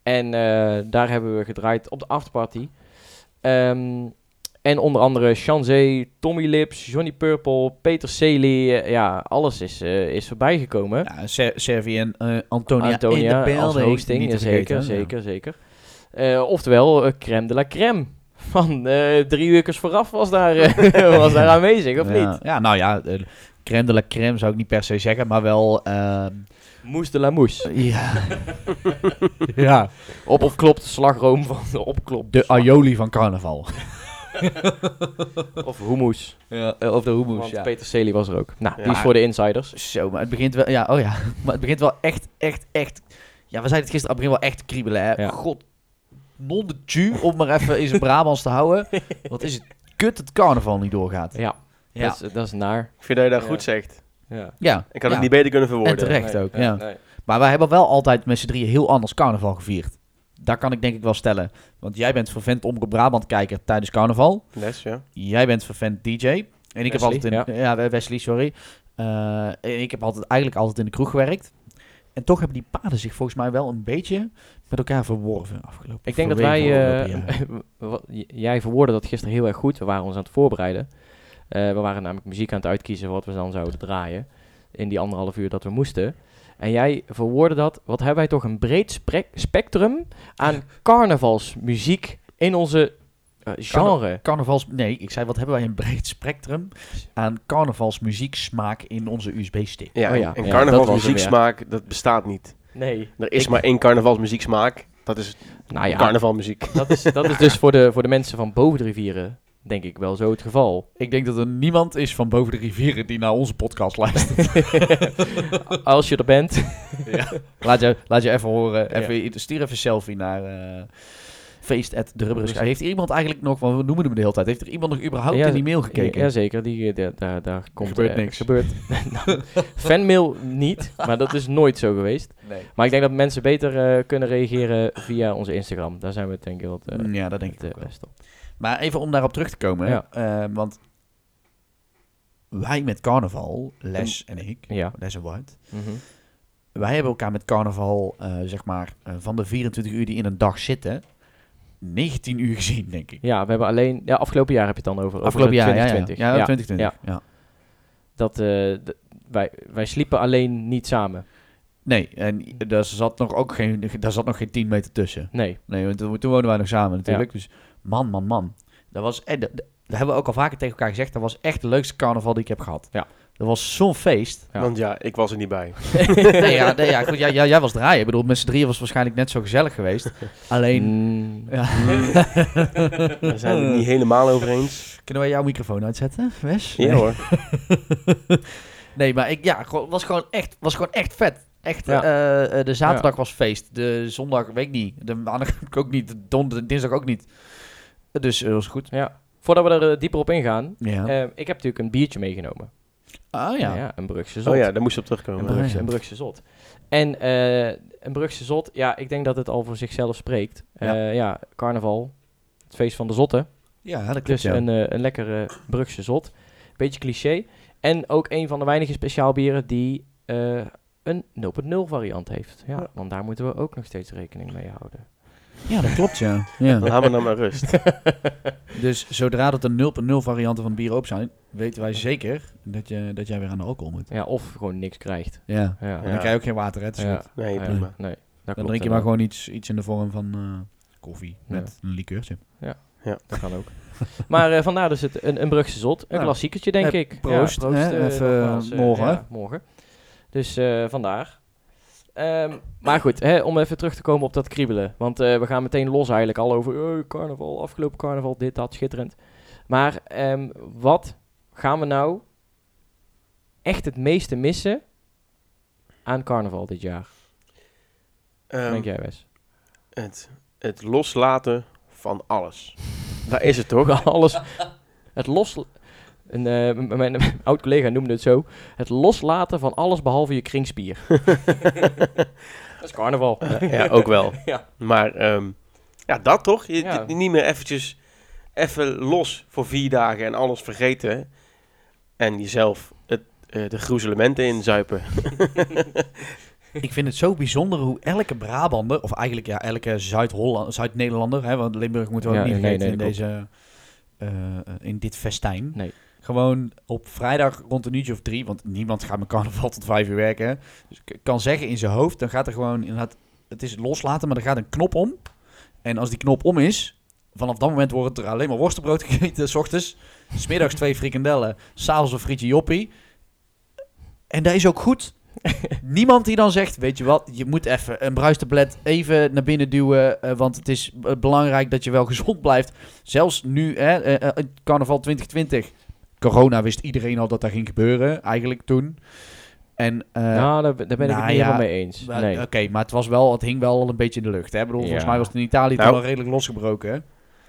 Speaker 1: En eh, daar hebben we gedraaid op de afterparty. Ehm, en onder andere Chanzé, Tommy Lips, Johnny Purple, Peter Celi. eh, ja, alles is, eh, is voorbij gekomen.
Speaker 2: Ja, Ser- Servi en eh, Antonia, in de
Speaker 1: als
Speaker 2: building.
Speaker 1: hosting.
Speaker 2: Niet
Speaker 1: ja,
Speaker 2: te vergeten,
Speaker 1: zeker,
Speaker 2: hè?
Speaker 1: zeker, zeker. Eh, oftewel, eh, crème de la crème. [LAUGHS] Van eh, drie uurkes vooraf was
Speaker 2: [LAUGHS]
Speaker 1: daar, eh, [LAUGHS] was daar aanwezig, of
Speaker 2: ja.
Speaker 1: niet?
Speaker 2: Ja, nou ja, eh, crème de la crème zou ik niet per se zeggen, maar wel... ehm,
Speaker 1: Moes de la mousse.
Speaker 2: ja. [LAUGHS] ja,
Speaker 1: Op of klopt slagroom van de opklop.
Speaker 2: de aioli van carnaval.
Speaker 1: Of hummus.
Speaker 2: Ja, Eh, of de hummus,
Speaker 1: Want Peter Celi was er ook. Nou, die is
Speaker 2: Ja.
Speaker 1: voor de insiders.
Speaker 2: [LAUGHS] Zo, maar het begint wel... Ja, oh ja. [LAUGHS] Maar het begint wel echt, echt, echt... Ja, we zeiden het gisteren, het begint wel echt te kriebelen, hè.
Speaker 1: Ja.
Speaker 2: God, non de tju, om maar even in zijn Brabants te [LAUGHS] houden. Wat is het kut dat carnaval niet doorgaat.
Speaker 1: Ja, Dat, is, dat is naar.
Speaker 3: Ik vind dat je dat
Speaker 1: Ja.
Speaker 3: goed zegt.
Speaker 1: Ja.
Speaker 2: Ja.
Speaker 3: Ik
Speaker 2: ja.
Speaker 3: had het niet beter kunnen verwoorden.
Speaker 2: En terecht ook, ja.
Speaker 1: Nee.
Speaker 2: Maar wij hebben wel altijd met z'n drieën heel anders carnaval gevierd. Daar kan ik denk ik wel stellen. Want jij bent vervent Omroep Brabant kijker tijdens carnaval.
Speaker 3: Les, ja.
Speaker 2: Jij bent vervent DJ. En ik heb
Speaker 1: Wesley,
Speaker 2: altijd in... Ja, Wesley, sorry. Eh, en ik heb altijd, eigenlijk altijd in de kroeg gewerkt. En toch hebben die paden zich volgens mij wel een beetje met elkaar verworven afgelopen
Speaker 1: Ik denk dat wij,
Speaker 2: verweven afgelopen
Speaker 1: eh,
Speaker 2: jaren.
Speaker 1: [LAUGHS] wat- j- jij verwoordde dat gisteren heel erg goed. We waren ons aan het voorbereiden. Eh, we waren namelijk muziek aan het uitkiezen wat we dan zouden draaien. In die anderhalf uur dat we moesten. En jij verwoordde dat, wat hebben wij toch een breed spre- spectrum aan carnavalsmuziek in onze eh,
Speaker 2: [LAUGHS]
Speaker 1: genre.
Speaker 2: Carnavals... Nee, ik zei wat hebben wij een breed spectrum aan carnavalsmuzieksmaak in onze USB-stick.
Speaker 3: Ja,
Speaker 1: Oh ja,
Speaker 3: en
Speaker 1: ja,
Speaker 3: carnavalsmuzieksmaak, dat bestaat niet.
Speaker 1: Nee.
Speaker 3: Er is
Speaker 1: Ik-
Speaker 3: maar één carnavalsmuzieksmaak. Dat is
Speaker 1: Nou ja,
Speaker 3: carnavalmuziek.
Speaker 1: dat is, dat is dus voor de, voor de mensen van boven de rivieren, denk ik wel zo het geval.
Speaker 2: [LAUGHS] Ik denk dat er niemand is van boven de rivieren die naar onze podcast luistert.
Speaker 1: Als je er bent.
Speaker 2: laat, je, laat je even horen. Even, Stuur even een selfie naar eh feest at de Rubberen Schuit. Heeft er iemand eigenlijk nog, want we noemen hem de hele tijd, heeft er iemand nog überhaupt
Speaker 1: Ja,
Speaker 2: in die mail gekeken?
Speaker 1: Jazeker, die, eh, daar- daar, daar komt
Speaker 2: gebeurt
Speaker 1: eh,
Speaker 2: niks.
Speaker 1: Gebeurt. [LAUGHS] Nou, fanmail niet, maar dat is nooit zo geweest.
Speaker 2: Nee.
Speaker 1: Maar ik denk dat mensen beter eh, kunnen reageren via onze Instagram. Daar zijn we denk ik wat eh,
Speaker 2: Mm, ja, dat denk ik
Speaker 1: het
Speaker 2: ook
Speaker 1: eh,
Speaker 2: wel.
Speaker 1: best op.
Speaker 2: Maar even om daarop terug te komen,
Speaker 1: Ja.
Speaker 2: eh, want wij met carnaval, Les en ik,
Speaker 1: Ja.
Speaker 2: Les en White,
Speaker 1: Mhm.
Speaker 2: wij hebben elkaar met carnaval, eh, zeg maar, eh, van de 24 uur die in een dag zitten, 19 uur gezien, denk ik.
Speaker 1: Ja, we hebben alleen... Ja, afgelopen jaar heb je het dan over. over
Speaker 2: Afgelopen jaar, ja, ja.
Speaker 1: 2020.
Speaker 2: Ja,
Speaker 1: Ja,
Speaker 2: 2020. Ja.
Speaker 1: dat, eh, d- wij, wij sliepen alleen niet samen.
Speaker 2: Nee, en daar zat, nog ook geen, daar zat nog geen 10 meter tussen.
Speaker 1: Nee.
Speaker 2: Nee, want toen toen woonden wij nog samen natuurlijk. Dus man, man, man. Dat was, en dat, dat hebben we ook al vaker tegen elkaar gezegd, dat was echt de leukste carnaval die ik heb gehad.
Speaker 1: Ja.
Speaker 2: Dat was zo'n feest.
Speaker 1: Ja.
Speaker 3: Want ja, ik was er niet
Speaker 2: [LAUGHS]
Speaker 3: bij.
Speaker 2: nee, ja, nee, ja, goed, ja, ja, jij was draaien. Ik bedoel, met z'n drieën was het waarschijnlijk net zo gezellig geweest. [LAUGHS] Alleen,
Speaker 1: Mm,
Speaker 3: Daar zijn [LAUGHS] we het niet helemaal over eens.
Speaker 2: kunnen wij jouw microfoon uitzetten, Wes?
Speaker 3: Ja hoor.
Speaker 2: Nee, maar ik, ja, gewoon- was gewoon echt, was gewoon echt vet. Echt,
Speaker 1: Ja.
Speaker 2: eh, eh, de zaterdag was feest. De zondag, weet ik niet. De maandag [LAUGHS] ook niet. De donder, dinsdag ook niet. Dus eh, dat was goed.
Speaker 1: ja. Voordat we er eh, dieper op ingaan.
Speaker 2: Ja.
Speaker 1: eh, nou ik heb natuurlijk een biertje meegenomen.
Speaker 2: ah ja.
Speaker 1: een Brugse zot.
Speaker 3: Oh ja, daar moest je op
Speaker 1: Een
Speaker 3: terugkomen.
Speaker 2: Ja.
Speaker 1: Brugse, een Brugse zot. En eh, een Brugse zot, ja, ik denk dat het al voor zichzelf spreekt. Eh,
Speaker 2: Ja.
Speaker 1: ja. carnaval, het feest van de zotten.
Speaker 2: Ja, dat klopt.
Speaker 1: Dus
Speaker 2: ja.
Speaker 1: een, eh, een lekkere Brugse zot. Beetje cliché. En ook een van de weinige speciaalbieren die eh, een 0.0 variant heeft. Ja,
Speaker 3: Ja.
Speaker 1: want daar moeten we ook nog steeds rekening mee houden.
Speaker 2: ja, dat klopt, ja.
Speaker 1: [LAUGHS]
Speaker 2: ja.
Speaker 3: Laat me nou maar [LAUGHS] rust.
Speaker 2: Dus zodra dat de 0.0 varianten van bier op zijn, weten wij zeker dat, je, dat jij weer aan de alcohol moet.
Speaker 1: Ja, of gewoon niks krijgt.
Speaker 2: Ja.
Speaker 1: Ja,
Speaker 2: En dan krijg je ook geen water, hè. het is
Speaker 1: Ja.
Speaker 2: goed.
Speaker 3: Nee,
Speaker 1: Ja.
Speaker 3: prima.
Speaker 1: nee. Dat
Speaker 2: Dan
Speaker 1: klopt
Speaker 2: drink je maar gewoon iets, iets in de vorm van eh, koffie
Speaker 1: Ja.
Speaker 2: met een likeurtje.
Speaker 1: Dat kan ook. maar eh, vandaar dus het, een, een Brugse zot. Een
Speaker 2: Ja.
Speaker 1: klassiekertje, denk
Speaker 2: Eh,
Speaker 1: ik.
Speaker 2: proost, hè,
Speaker 1: eh,
Speaker 2: even,
Speaker 1: nogmaals, eh,
Speaker 2: morgen,
Speaker 1: ja, morgen. Dus eh, vandaar. Ehm, maar goed, hè, om even terug te komen op dat kriebelen. Want eh, we gaan meteen los eigenlijk al over eh, carnaval, afgelopen carnaval, dit, dat, schitterend. Maar ehm, wat gaan we nou echt het meeste missen aan carnaval dit jaar?
Speaker 3: Ehm,
Speaker 1: denk jij, Wes?
Speaker 3: het, het loslaten van alles. Daar is het toch?
Speaker 1: Ook [LAUGHS] alles. Het los. Een, eh, m- mijn [LAUGHS] oud collega noemde het zo: het loslaten van alles behalve je kringspier. [LAUGHS] dat is
Speaker 2: [LAUGHS]
Speaker 1: carnaval.
Speaker 3: [LAUGHS] [LAUGHS] ja, ook wel.
Speaker 1: Ja.
Speaker 3: Maar ehm, ja, dat toch? Je,
Speaker 1: Ja.
Speaker 3: d- Niet meer eventjes even los voor vier dagen en alles vergeten. En jezelf het, eh, de groezelementen inzuipen.
Speaker 2: Ik vind het zo bijzonder hoe elke Brabander, of eigenlijk ja, elke Zuid-Holland, Zuid-Nederlander, hè, want Limburg moeten we ook
Speaker 1: Ja,
Speaker 2: niet
Speaker 1: nee,
Speaker 2: vergeten
Speaker 1: nee,
Speaker 2: in,
Speaker 1: dat
Speaker 2: deze, eh, in dit festijn.
Speaker 1: Nee.
Speaker 2: Gewoon op vrijdag rond een uurtje of drie, want niemand gaat met carnaval tot vijf uur werken. hè. Dus ik kan zeggen in zijn hoofd, dan gaat er gewoon inderdaad, het is loslaten, maar er gaat een knop om. En als die knop om is, vanaf dat moment wordt er alleen maar worstenbrood gegeten, [LAUGHS] s ochtends. Smiddags twee frikandellen, s'avonds een frietje joppie. En dat is ook goed. Niemand die dan zegt, weet je wat, je moet even een bruistablet even naar binnen duwen, eh, want het is eh, belangrijk dat je wel [LAUGHS] gezond blijft. Zelfs nu, hè, eh, eh, het carnaval 2020, corona wist iedereen al dat dat ging gebeuren, eigenlijk toen. En, eh,
Speaker 1: nou, daar, daar ben ik
Speaker 2: nou
Speaker 1: het niet helemaal
Speaker 2: ja,
Speaker 1: mee eens.
Speaker 2: maar-
Speaker 1: Nee.
Speaker 2: Oké, maar het, was wel, het hing wel al een beetje in de lucht. Hè? Ik Bedoel, Volgens
Speaker 1: Ja.
Speaker 2: mij was het in Italië
Speaker 3: Nou.
Speaker 2: toen al redelijk losgebroken. hè?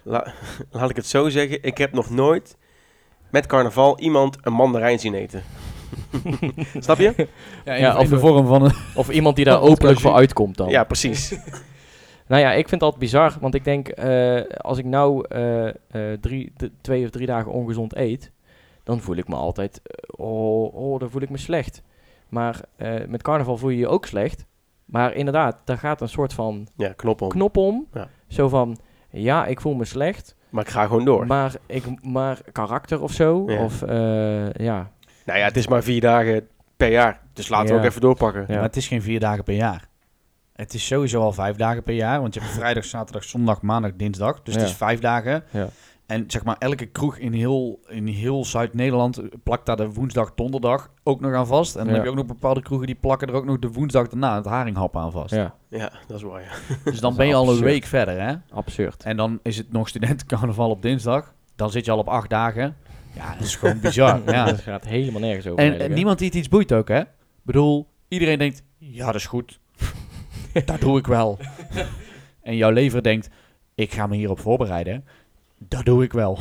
Speaker 3: La- [LAUGHS] laat ik het zo zeggen. Ik heb nog nooit met carnaval iemand een mandarijn zien eten. [LAUGHS] Snap je?
Speaker 2: Ja,
Speaker 1: Ja, of
Speaker 2: of de
Speaker 1: we-
Speaker 2: vorm van een...
Speaker 1: Of iemand die daar
Speaker 2: Wat
Speaker 1: openlijk
Speaker 2: kan
Speaker 1: voor uitkomt dan.
Speaker 3: Ja, precies.
Speaker 1: Nou ja, ik vind dat bizar, want ik denk, eh, als ik nou eh, eh, drie, d- twee of drie dagen ongezond eet, dan voel ik me altijd, eh, oh, oh, dan voel ik me slecht. Maar eh, met carnaval voel je je ook slecht. Maar inderdaad, daar gaat een soort van
Speaker 3: Ja, knop om.
Speaker 1: knop om.
Speaker 3: Ja.
Speaker 1: Zo van, ja, ik voel me slecht,
Speaker 3: Maar ik ga gewoon door.
Speaker 1: maar, ik, maar karakter of zo.
Speaker 3: Ja.
Speaker 1: Of, eh, ja.
Speaker 3: Nou ja, het is maar vier dagen per jaar. Dus laten we
Speaker 1: Ja.
Speaker 3: ook even doorpakken.
Speaker 1: Ja.
Speaker 2: Maar het is geen vier dagen per jaar. Het is sowieso al vijf dagen per jaar. Want je
Speaker 1: [LAUGHS]
Speaker 2: hebt vrijdag, zaterdag, zondag, maandag, dinsdag. Dus het
Speaker 1: Ja.
Speaker 2: is vijf dagen.
Speaker 1: Ja.
Speaker 2: En zeg maar, elke kroeg in heel, in heel Zuid-Nederland plakt daar de woensdag, donderdag ook nog aan vast. En dan
Speaker 1: Ja.
Speaker 2: heb je ook nog bepaalde kroegen die plakken er ook nog de woensdag daarna het haringhap aan vast.
Speaker 1: ja,
Speaker 3: Ja, dat is waar. Ja.
Speaker 2: Dus
Speaker 1: Dat
Speaker 2: dan
Speaker 1: is
Speaker 2: ben je al een
Speaker 1: absurd.
Speaker 2: week verder, hè?
Speaker 1: absurd.
Speaker 2: En dan is het nog [LAUGHS] studentencarnaval op dinsdag. Dan zit je al op acht dagen. Ja, dat is gewoon
Speaker 1: [LAUGHS]
Speaker 2: bizar. ja.
Speaker 1: Dat gaat helemaal nergens over.
Speaker 2: En,
Speaker 1: eigenlijk,
Speaker 2: en
Speaker 1: hè?
Speaker 2: niemand die het iets boeit ook, hè? Ik bedoel, iedereen denkt, ja, dat is [LAUGHS] goed. dat doe ik wel. en jouw lever denkt, ik ga me hierop voorbereiden. Dat doe ik wel. [LAUGHS]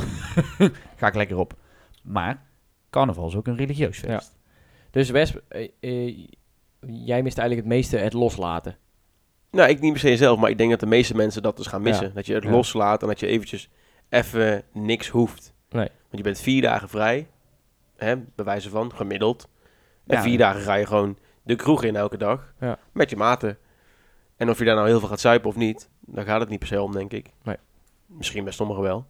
Speaker 2: ga ik lekker op. Maar carnaval is ook een religieus feest.
Speaker 1: Dus Wesp, eh, eh, jij mist eigenlijk het meeste het loslaten.
Speaker 3: Nou, ik niet per se zelf, maar ik denk dat de meeste mensen dat dus gaan missen.
Speaker 1: Ja.
Speaker 3: Dat je het
Speaker 1: Ja.
Speaker 3: loslaat en dat je eventjes even niks hoeft.
Speaker 1: Nee.
Speaker 3: Want je bent vier dagen vrij, hè, bij wijze van, gemiddeld. En
Speaker 2: Ja.
Speaker 3: vier dagen ga je gewoon de kroeg in elke dag,
Speaker 1: Ja.
Speaker 3: met je maten. En of je daar nou heel veel gaat zuipen of niet, daar gaat het niet per se om, denk ik.
Speaker 1: Nee.
Speaker 3: Misschien bij sommigen wel.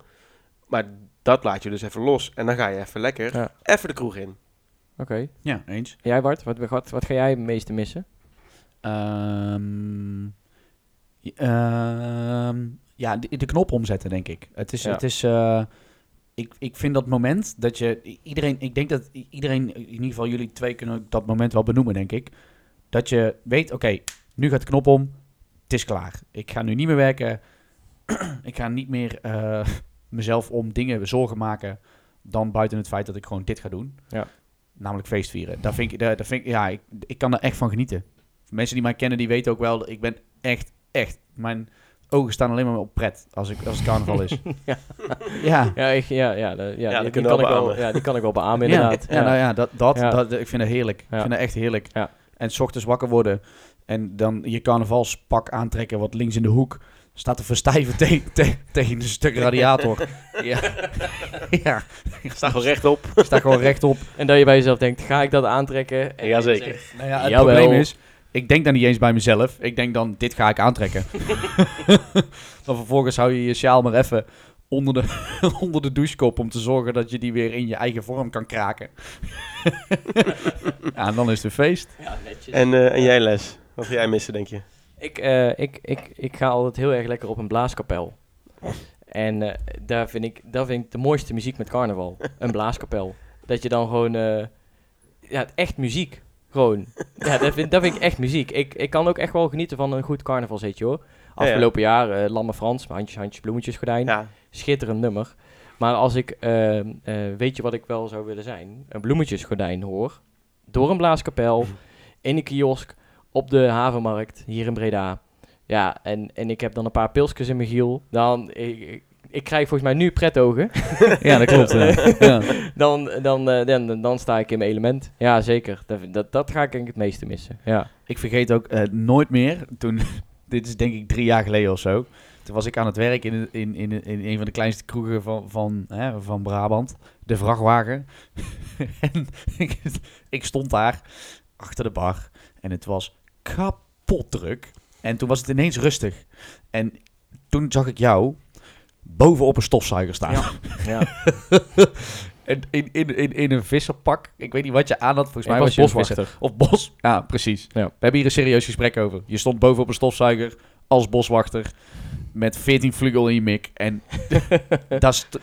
Speaker 3: Maar dat laat je dus even los. En dan ga je even lekker,
Speaker 1: Ja.
Speaker 3: even de kroeg in.
Speaker 1: Oké.
Speaker 2: Ja, eens.
Speaker 1: Jij Bart, wat, wat, wat ga jij het meeste
Speaker 3: [LAUGHS]
Speaker 1: missen?
Speaker 2: Ehm, j- ehm, ja, de, de knop omzetten, denk ik. Het is,
Speaker 1: Ja.
Speaker 2: het is eh, ik, ik vind dat moment dat je i- iedereen, ik denk dat i- iedereen, in ieder geval jullie twee kunnen ook dat moment wel benoemen, denk ik. Dat je weet, oké, nu gaat de knop om, het is klaar. Ik ga nu niet meer werken, ik ga niet meer eh, [LAUGHS] mezelf om dingen zorgen maken dan buiten het feit dat ik gewoon dit ga doen.
Speaker 1: Ja.
Speaker 2: Namelijk feest vieren. Daar vind ik, daar, daar vind ik, ja, ik, ik kan er echt van genieten. Mensen die mij kennen, die weten ook wel, dat ik ben echt, echt, mijn ogen staan alleen maar op pret als, ik, als het carnaval is.
Speaker 1: Ja.
Speaker 2: ja.
Speaker 1: [LAUGHS] Ja, ik, ja, ja, de- ja, die,
Speaker 3: Ja, dat
Speaker 1: die
Speaker 3: kunnen
Speaker 1: kan
Speaker 3: we
Speaker 1: ik wel,
Speaker 3: beamen.
Speaker 1: ja, die kan ik
Speaker 3: [LAUGHS]
Speaker 1: wel beamen, inderdaad.
Speaker 2: Ja, ja, nou ja, dat, dat,
Speaker 1: Ja.
Speaker 2: dat, ik vind het heerlijk.
Speaker 1: Ja.
Speaker 2: Ik vind het echt heerlijk.
Speaker 1: Ja.
Speaker 2: En s ochtends wakker worden en dan je carnavalspak aantrekken wat links in de hoek staat te verstijven [LAUGHS] te- te- tegen een stuk
Speaker 1: [LAUGHS]
Speaker 2: radiator. ja. [LAUGHS] ja,
Speaker 3: Sta gewoon rechtop.
Speaker 2: ik sta gewoon rechtop.
Speaker 1: En dat je bij jezelf denkt, ga ik dat aantrekken? En
Speaker 3: Jazeker.
Speaker 1: ik zeg,
Speaker 2: Nou ja, het
Speaker 1: Jawel.
Speaker 2: probleem is, ik denk dan niet eens bij mezelf. Ik denk dan, dit ga ik
Speaker 1: [LAUGHS]
Speaker 2: aantrekken. dan vervolgens hou je je sjaal maar even onder de, [LAUGHS] onder de douchekop om te zorgen dat je die weer in je eigen vorm kan kraken. [LAUGHS] ja, en dan is het feest.
Speaker 1: Ja, netjes.
Speaker 3: En, eh, en jij les. Wat ga jij missen, denk je?
Speaker 1: Ik, eh, ik, ik, ik ga altijd heel erg lekker op een blaaskapel. En eh, daar, vind ik, daar vind ik de mooiste muziek met carnaval. Een blaaskapel. Dat je dan gewoon... eh, ja, echt muziek. Gewoon. Ja, dat vind, dat vind ik echt muziek. Ik, ik kan ook echt wel genieten van een goed carnavalsetje hoor. Afgelopen jaar eh Lamme Frans, handjes, handjes, bloemetjes gordijn.
Speaker 3: Ja,
Speaker 1: Schitterend nummer. Maar als ik, eh, eh, weet je wat ik wel zou willen zijn? Een bloemetjesgordijn hoor. Door een blaaskapel, in een kiosk, op de havenmarkt, hier in Breda. Ja, en, en ik heb dan een paar pilsjes in mijn giel. Dan, ik, ik, ik krijg volgens mij nu pretogen.
Speaker 2: Ja, dat klopt.
Speaker 1: [LAUGHS]
Speaker 2: ja. Ja.
Speaker 1: Dan, dan, eh, dan, dan, dan sta ik in mijn element. Ja, zeker. Dat, dat, dat ga ik denk ik het meeste missen. Ja.
Speaker 2: Ik vergeet ook eh, nooit meer, toen, [LAUGHS] dit is denk ik drie jaar geleden of zo. Toen was ik aan het werk in, in, in, in een van de kleinste kroegen van, van, hè, van Brabant, de vrachtwagen. [LAUGHS] en ik, ik stond daar achter de bar en het was kapot druk. En toen was het ineens rustig. En toen zag ik jou bovenop een stofzuiger staan.
Speaker 1: ja.
Speaker 2: En [LAUGHS] in, in, in, in een visserpak. Ik weet niet wat je aan had. Volgens
Speaker 1: Ik
Speaker 2: mij was,
Speaker 1: was
Speaker 2: je een visser.
Speaker 1: boswachter.
Speaker 2: Of bos. Ja, precies.
Speaker 1: Ja.
Speaker 2: We hebben hier een serieus gesprek over. Je stond bovenop een stofzuiger als boswachter met 14 vlugel in je mik. En dat, is t-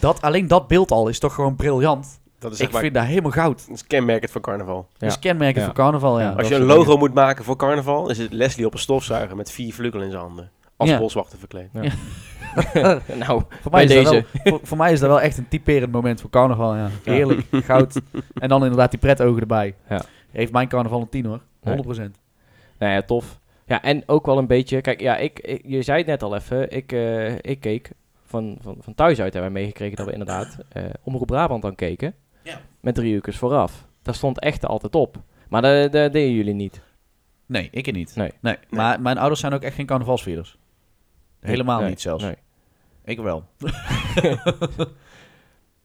Speaker 2: dat, alleen dat beeld al is toch gewoon briljant.
Speaker 3: dat is
Speaker 2: Ik
Speaker 3: echt maar
Speaker 2: vind dat helemaal goud.
Speaker 3: dat is kenmerkend voor carnaval.
Speaker 1: Ja.
Speaker 2: Dat is kenmerkend
Speaker 1: Ja.
Speaker 2: voor carnaval, ja.
Speaker 1: Ja.
Speaker 3: Als
Speaker 2: Dat
Speaker 3: je een
Speaker 2: soort
Speaker 3: logo
Speaker 2: dingen.
Speaker 3: moet maken voor carnaval, is het Leslie op een stofzuiger met vier vleugel in zijn handen. Als
Speaker 2: Ja.
Speaker 3: boswachter verkleed.
Speaker 1: [LAUGHS] nou,
Speaker 2: Voor mij,
Speaker 1: bij
Speaker 2: is dat
Speaker 1: deze.
Speaker 2: wel- voor, voor mij is dat wel echt een typerend moment voor carnaval, ja. Heerlijk, goud. En dan inderdaad die pretogen erbij.
Speaker 1: Ja.
Speaker 2: Heeft mijn carnaval een 10 hoor. 100%.
Speaker 1: Nou ja, tof. Ja, en ook wel een beetje... Kijk, ja, ik, ik- je zei het net al even. Ik, eh, ik keek van, van, van thuis uit hebben wij meegekregen dat we inderdaad eh Omroep Brabant dan keken.
Speaker 2: Ja.
Speaker 1: Met drie uur vooraf. Daar stond echt altijd op. Maar dat, dat deden jullie niet.
Speaker 2: Nee, ik niet.
Speaker 1: Nee.
Speaker 2: Maar mijn ouders zijn ook echt geen carnavalsvierders. Helemaal
Speaker 1: Nee,
Speaker 2: niet zelfs.
Speaker 1: nee.
Speaker 2: Ik
Speaker 1: [LAUGHS]
Speaker 2: wel.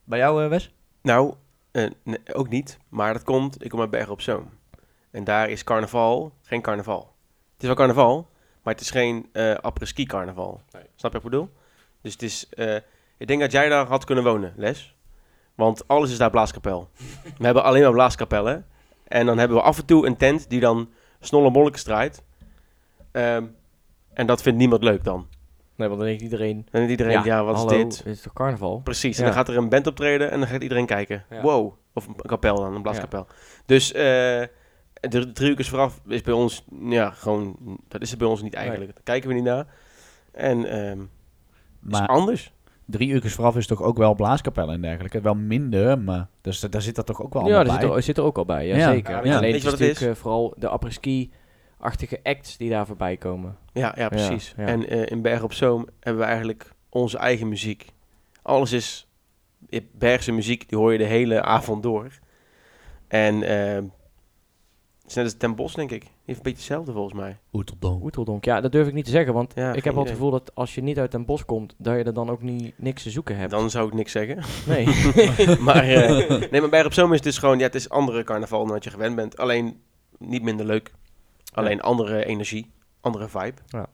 Speaker 2: Bij jou, eh, Wes?
Speaker 3: Nou, eh, nee, ook niet. Maar dat komt, ik kom uit Bergen op Zoom. En daar is carnaval geen carnaval. Het is wel carnaval, maar het is geen eh ski carnaval. Snap je wat ik bedoel? Dus het is, eh, ik denk dat jij daar had kunnen wonen, Les. Want alles is daar blaaskapel. we hebben alleen maar blaaskapellen. En dan hebben we af en toe een tent die dan snolle molken strijdt. Ehm, en dat vindt niemand leuk dan.
Speaker 1: Nee, want dan denkt iedereen...
Speaker 3: Dan denkt iedereen, ja, wat
Speaker 1: hallo,
Speaker 3: is dit?
Speaker 1: is toch carnaval?
Speaker 3: Precies,
Speaker 1: Ja.
Speaker 3: en dan gaat er een band optreden en dan gaat iedereen kijken.
Speaker 1: Ja.
Speaker 3: Wow. Of een kapel dan, een blaaskapel. Dus eh de driehoekers vooraf is bij ons, ja, gewoon, dat is het bij ons niet eigenlijk. Daar kijken we niet naar. En ehm het is
Speaker 2: Maar
Speaker 3: anders.
Speaker 2: drie uur vooraf is toch ook wel blaaskapellen en dergelijke. Wel minder, maar dus da- daar zit dat toch ook wel
Speaker 1: Ja,
Speaker 2: allemaal
Speaker 1: dat zit
Speaker 2: bij.
Speaker 1: er, zit er ook al bij. Ja,
Speaker 2: Ja.
Speaker 1: zeker.
Speaker 3: Ja, weet
Speaker 2: je-
Speaker 1: Alleen het
Speaker 3: weet je
Speaker 1: is
Speaker 3: wat het
Speaker 1: natuurlijk eh, vooral de apres-ski-achtige acts die daar voorbij komen.
Speaker 3: Ja, ja precies.
Speaker 1: ja.
Speaker 3: En eh, in Bergen op Zoom hebben we eigenlijk onze eigen muziek. Alles is Bergse muziek, die hoor je de hele avond door. En ehm het is net als Ten Bos, denk ik. Die heeft een beetje hetzelfde volgens mij.
Speaker 2: Oeteldonk.
Speaker 1: Oeteldonk, ja, dat durf ik niet te zeggen, want
Speaker 3: Ja, geen
Speaker 1: ik heb wel het
Speaker 3: idee.
Speaker 1: gevoel dat als je niet uit een bos komt, dat je er dan ook niet niks te zoeken hebt.
Speaker 3: Dan zou ik niks zeggen. [LAUGHS]
Speaker 1: Nee.
Speaker 3: maar, eh, nee, maar bij op Zoom is het dus gewoon, ja, het is andere carnaval dan wat je gewend bent. Alleen niet minder leuk. Alleen andere energie, andere vibe.
Speaker 2: Ja,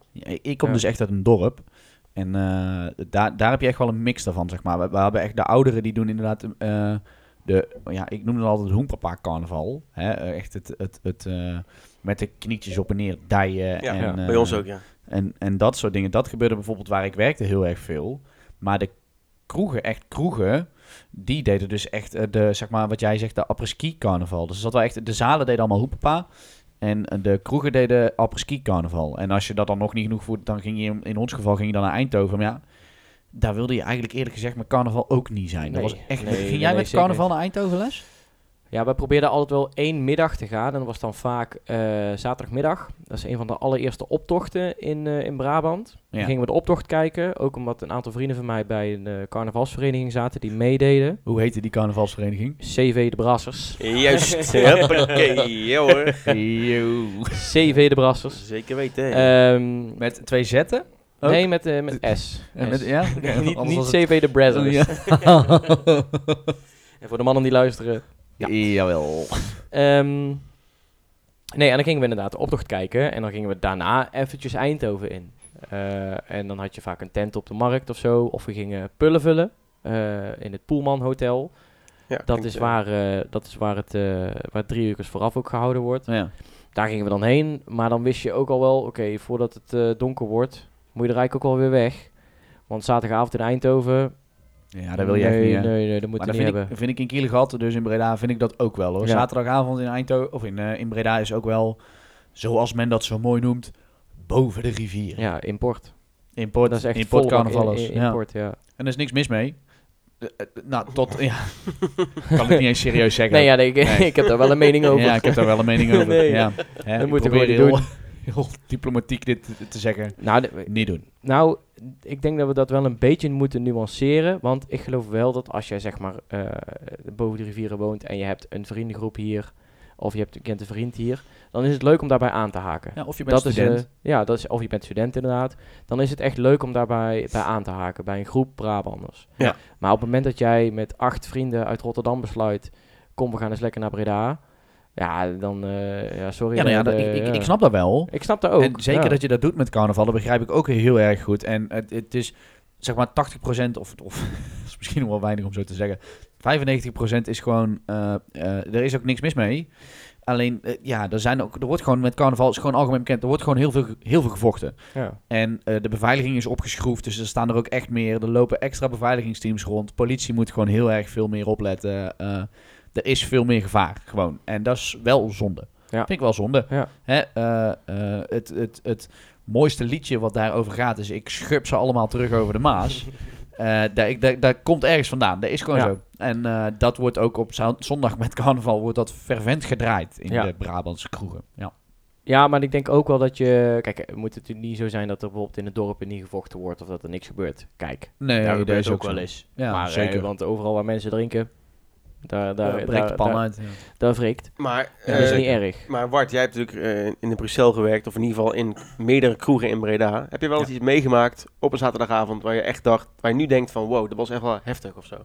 Speaker 2: Ik kom
Speaker 1: Ja.
Speaker 2: dus echt uit een dorp. En eh, daar, daar heb je echt wel een mix daarvan, zeg maar. We, we hebben echt de ouderen die doen inderdaad eh, de... Ja, ik noem het altijd hoenpapa carnaval. Hè? eh, Echt het... het, het eh, met de knietjes op en neer dijen.
Speaker 3: Ja,
Speaker 2: en,
Speaker 1: ja,
Speaker 3: bij
Speaker 2: eh,
Speaker 3: ons ook, ja.
Speaker 2: En, en dat soort dingen. Dat gebeurde bijvoorbeeld waar ik werkte heel erg veel. Maar de kroegen, echt kroegen, die deden dus echt eh, de, zeg maar, wat jij zegt, de apres-ski carnaval. Dus dat wel echt, de zalen deden allemaal hoepapa. En eh, de kroegen deden apres-ski carnaval. En als je dat dan nog niet genoeg voert, dan ging je, in ons geval, ging je dan naar Eindhoven. Maar ja, daar wilde je eigenlijk eerlijk gezegd met carnaval ook niet zijn.
Speaker 1: Nee,
Speaker 2: dat was echt,
Speaker 1: nee,
Speaker 2: ging
Speaker 1: nee,
Speaker 2: jij
Speaker 1: nee,
Speaker 2: met
Speaker 1: zeker
Speaker 2: carnaval naar Eindhoven les?
Speaker 1: Ja, we probeerden altijd wel één middag te gaan. En dat was dan vaak eh, zaterdagmiddag. Dat is een van de allereerste optochten in, eh, in Brabant.
Speaker 2: Ja.
Speaker 1: Dan gingen we de optocht kijken. Ook omdat een aantal vrienden van mij bij een eh, carnavalsvereniging zaten die meededen.
Speaker 2: Hoe heette die
Speaker 1: [LAUGHS]
Speaker 2: carnavalsvereniging?
Speaker 1: CV de Brassers.
Speaker 3: Juist. Hoppakee, ja hoor.
Speaker 1: CV de Brassers.
Speaker 3: Zeker weten. hè.
Speaker 1: Ehm,
Speaker 2: Met twee zetten? Ook?
Speaker 1: nee, met, eh, met S.
Speaker 2: En
Speaker 1: S.
Speaker 2: met,
Speaker 1: [LAUGHS]
Speaker 2: ja?
Speaker 1: niet
Speaker 2: Anders
Speaker 1: niet
Speaker 2: was het-
Speaker 1: CV de Brassers. [LAUGHS] En voor de mannen die luisteren.
Speaker 2: Ja. Oh Jawel.
Speaker 1: Ehm, nee, en dan gingen we inderdaad de optocht kijken. En dan gingen we daarna eventjes Eindhoven in. Eh, en dan had je vaak een tent op de markt of zo. Of we gingen pullen vullen eh, in het Poelman Hotel.
Speaker 3: Ja,
Speaker 1: Dat
Speaker 3: klinkt,
Speaker 1: is
Speaker 3: eh,
Speaker 1: waar, eh, dat is waar het eh, waar drie uur vooraf ook gehouden wordt.
Speaker 2: Ja.
Speaker 1: Daar gingen we dan heen. Maar dan wist je ook al wel, oké, voordat het eh, donker wordt, moet je er eigenlijk ook alweer weg. Want zaterdagavond in Eindhoven...
Speaker 2: ja, Ah, dat wil je
Speaker 1: nee,
Speaker 2: echt niet. hè.
Speaker 1: Nee, nee, dat moet
Speaker 2: maar
Speaker 1: je
Speaker 2: dat vind
Speaker 1: niet hebben.
Speaker 2: ik, vind ik in Kielegat, dus in Breda, vind ik dat ook wel hoor.
Speaker 1: Ja.
Speaker 2: Zaterdagavond in Eindhoven, of in, eh, in Breda is ook wel, zoals men dat zo mooi noemt, boven de rivier.
Speaker 1: Ja, import.
Speaker 2: In Port,
Speaker 1: Dat is echt
Speaker 2: in
Speaker 1: vol
Speaker 2: Port Carnavalers.
Speaker 1: In, in,
Speaker 2: ja.
Speaker 1: import, ja.
Speaker 2: En er is niks mis mee. Eh, eh,
Speaker 1: [LAUGHS]
Speaker 2: nou, tot... Ja. kan ik niet eens serieus zeggen.
Speaker 1: Nee, ja, nee, ik,
Speaker 2: Nee.
Speaker 1: [LAUGHS] ik heb daar wel een mening over.
Speaker 2: Ja, ik heb daar wel een
Speaker 1: [LAUGHS]
Speaker 2: mening over.
Speaker 1: Nee.
Speaker 2: ja. Hè,
Speaker 1: Dat
Speaker 2: ik
Speaker 1: moet je
Speaker 2: probeer
Speaker 1: gewoon niet
Speaker 2: heel, [LAUGHS] heel diplomatiek dit te- te zeggen.
Speaker 1: Nou, de-
Speaker 2: Niet doen.
Speaker 1: nou, ik denk dat we dat wel een beetje moeten nuanceren. Want ik geloof wel dat als jij zeg maar eh, boven de rivieren woont en je hebt een vriendengroep hier, of je hebt, je kent een vriend hier, dan is het leuk om daarbij aan te haken.
Speaker 2: Ja, of je bent
Speaker 1: dat
Speaker 2: student.
Speaker 1: Is, eh, ja, dat is, of je bent student inderdaad. Dan is het echt leuk om daarbij bij aan te haken, bij een groep Brabanders.
Speaker 3: Ja.
Speaker 1: Maar op het moment dat jij met acht vrienden uit Rotterdam besluit, kom we gaan eens lekker naar Breda. Ja, dan, eh, ja, sorry.
Speaker 2: ja, nou ja,
Speaker 1: dan,
Speaker 2: dat-
Speaker 1: eh,
Speaker 2: ik, ik,
Speaker 1: ja.
Speaker 2: ik snap dat wel.
Speaker 1: Ik snap dat ook.
Speaker 2: En zeker
Speaker 1: ja.
Speaker 2: dat je dat doet met carnaval, dat begrijp ik ook heel erg goed. En het, het is zeg maar 80% of, of [LAUGHS] dat is misschien nog wel weinig om zo te zeggen. 95% is gewoon, eh, eh, er is ook niks mis mee. Alleen, eh, ja, er, zijn ook, er wordt gewoon met carnaval, is gewoon algemeen bekend, er wordt gewoon heel veel, ge- heel veel gevochten.
Speaker 1: Ja.
Speaker 2: En eh, de beveiliging is opgeschroefd, dus er staan er ook echt meer. Er lopen extra beveiligingsteams rond. Politie moet gewoon heel erg veel meer opletten. Eh, er is veel meer gevaar, gewoon. En dat is wel zonde.
Speaker 1: Ja.
Speaker 2: Vind ik wel zonde.
Speaker 1: Ja.
Speaker 2: Hè, eh, eh, het, het, het mooiste liedje wat daarover gaat is... Ik schub ze allemaal terug over de Maas.
Speaker 1: [LAUGHS]
Speaker 2: Eh, daar, ik- daar, daar komt ergens vandaan. Dat is gewoon
Speaker 1: Ja.
Speaker 2: zo. En eh, dat wordt ook op za- zondag met carnaval... wordt dat fervent gedraaid in
Speaker 1: Ja.
Speaker 2: de Brabantse kroegen. Ja.
Speaker 1: Ja, maar ik denk ook wel dat je... Kijk, het moet natuurlijk niet zo zijn dat er bijvoorbeeld in het dorp niet gevochten wordt of dat er niks gebeurt. Kijk,
Speaker 2: Nee,
Speaker 1: daar
Speaker 2: dat
Speaker 1: gebeurt
Speaker 2: is
Speaker 1: ook
Speaker 2: zo.
Speaker 1: wel eens.
Speaker 2: Ja,
Speaker 1: maar, eh,
Speaker 2: zeker.
Speaker 1: want overal waar mensen drinken,
Speaker 2: Daar
Speaker 1: Daar, daar,
Speaker 2: Eh, breekt de
Speaker 1: daar,
Speaker 2: pan
Speaker 1: daar,
Speaker 2: uit. ja.
Speaker 1: daar wrikt.
Speaker 3: Maar,
Speaker 2: Ja,
Speaker 1: dat is
Speaker 3: eh,
Speaker 1: niet erg.
Speaker 3: maar Bart, jij hebt natuurlijk eh, in de Bruxelles gewerkt, of in ieder geval in meerdere kroegen in Breda. Heb je wel eens iets meegemaakt op een zaterdagavond waar je echt dacht, waar je nu denkt van wow, dat was echt wel heftig of zo?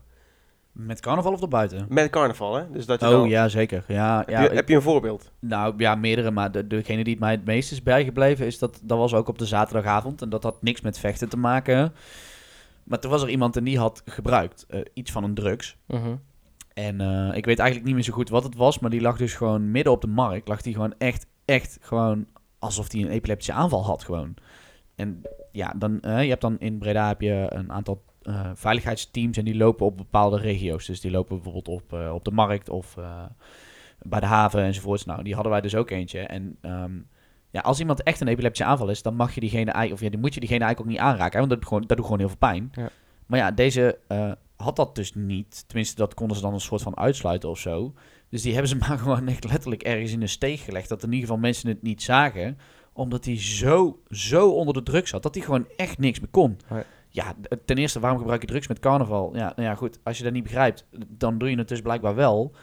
Speaker 2: Met carnaval of daarbuiten?
Speaker 3: Met carnaval, hè? Dus dat je
Speaker 2: Oh
Speaker 3: dan-
Speaker 2: ja, zeker. Ja, ja,
Speaker 3: heb, je,
Speaker 2: ik-
Speaker 3: heb je een voorbeeld?
Speaker 2: Nou ja, meerdere, maar de, degene die het mij het meest is bijgebleven is dat dat was ook op de zaterdagavond en dat had niks met vechten te maken. Maar toen was er iemand en die had gebruikt eh, iets van een drugs.
Speaker 1: Mhm.
Speaker 2: En eh, ik weet eigenlijk niet meer zo goed wat het was, maar die lag dus gewoon midden op de markt. Lag die gewoon echt, echt gewoon alsof die een epileptische aanval had gewoon. En ja, dan, eh, je hebt dan in Breda heb je een aantal eh, veiligheidsteams en die lopen op bepaalde regio's. Dus die lopen bijvoorbeeld op, eh, op de markt of eh, bij de haven enzovoorts. Nou, die hadden wij dus ook eentje. En ehm, ja, als iemand echt een epileptische aanval is, dan mag je diegene eigenlijk, of ja, dan moet je diegene eigenlijk ook niet aanraken. Hè, want dat, doet gewoon, dat doet gewoon heel veel pijn.
Speaker 1: Ja.
Speaker 2: Maar ja, deze eh, had dat dus niet. Tenminste, dat konden ze dan een soort van uitsluiten of zo. Dus die hebben ze [LAUGHS] maar gewoon echt letterlijk ergens in een steeg gelegd. Dat in ieder geval mensen het niet zagen. Omdat hij zo, zo onder de druk zat. Dat hij gewoon echt niks meer kon.
Speaker 1: Nee.
Speaker 2: Ja, d- ten eerste, waarom gebruik je drugs met carnaval? Ja, nou ja, goed. Als je dat niet begrijpt, dan doe je het dus blijkbaar wel.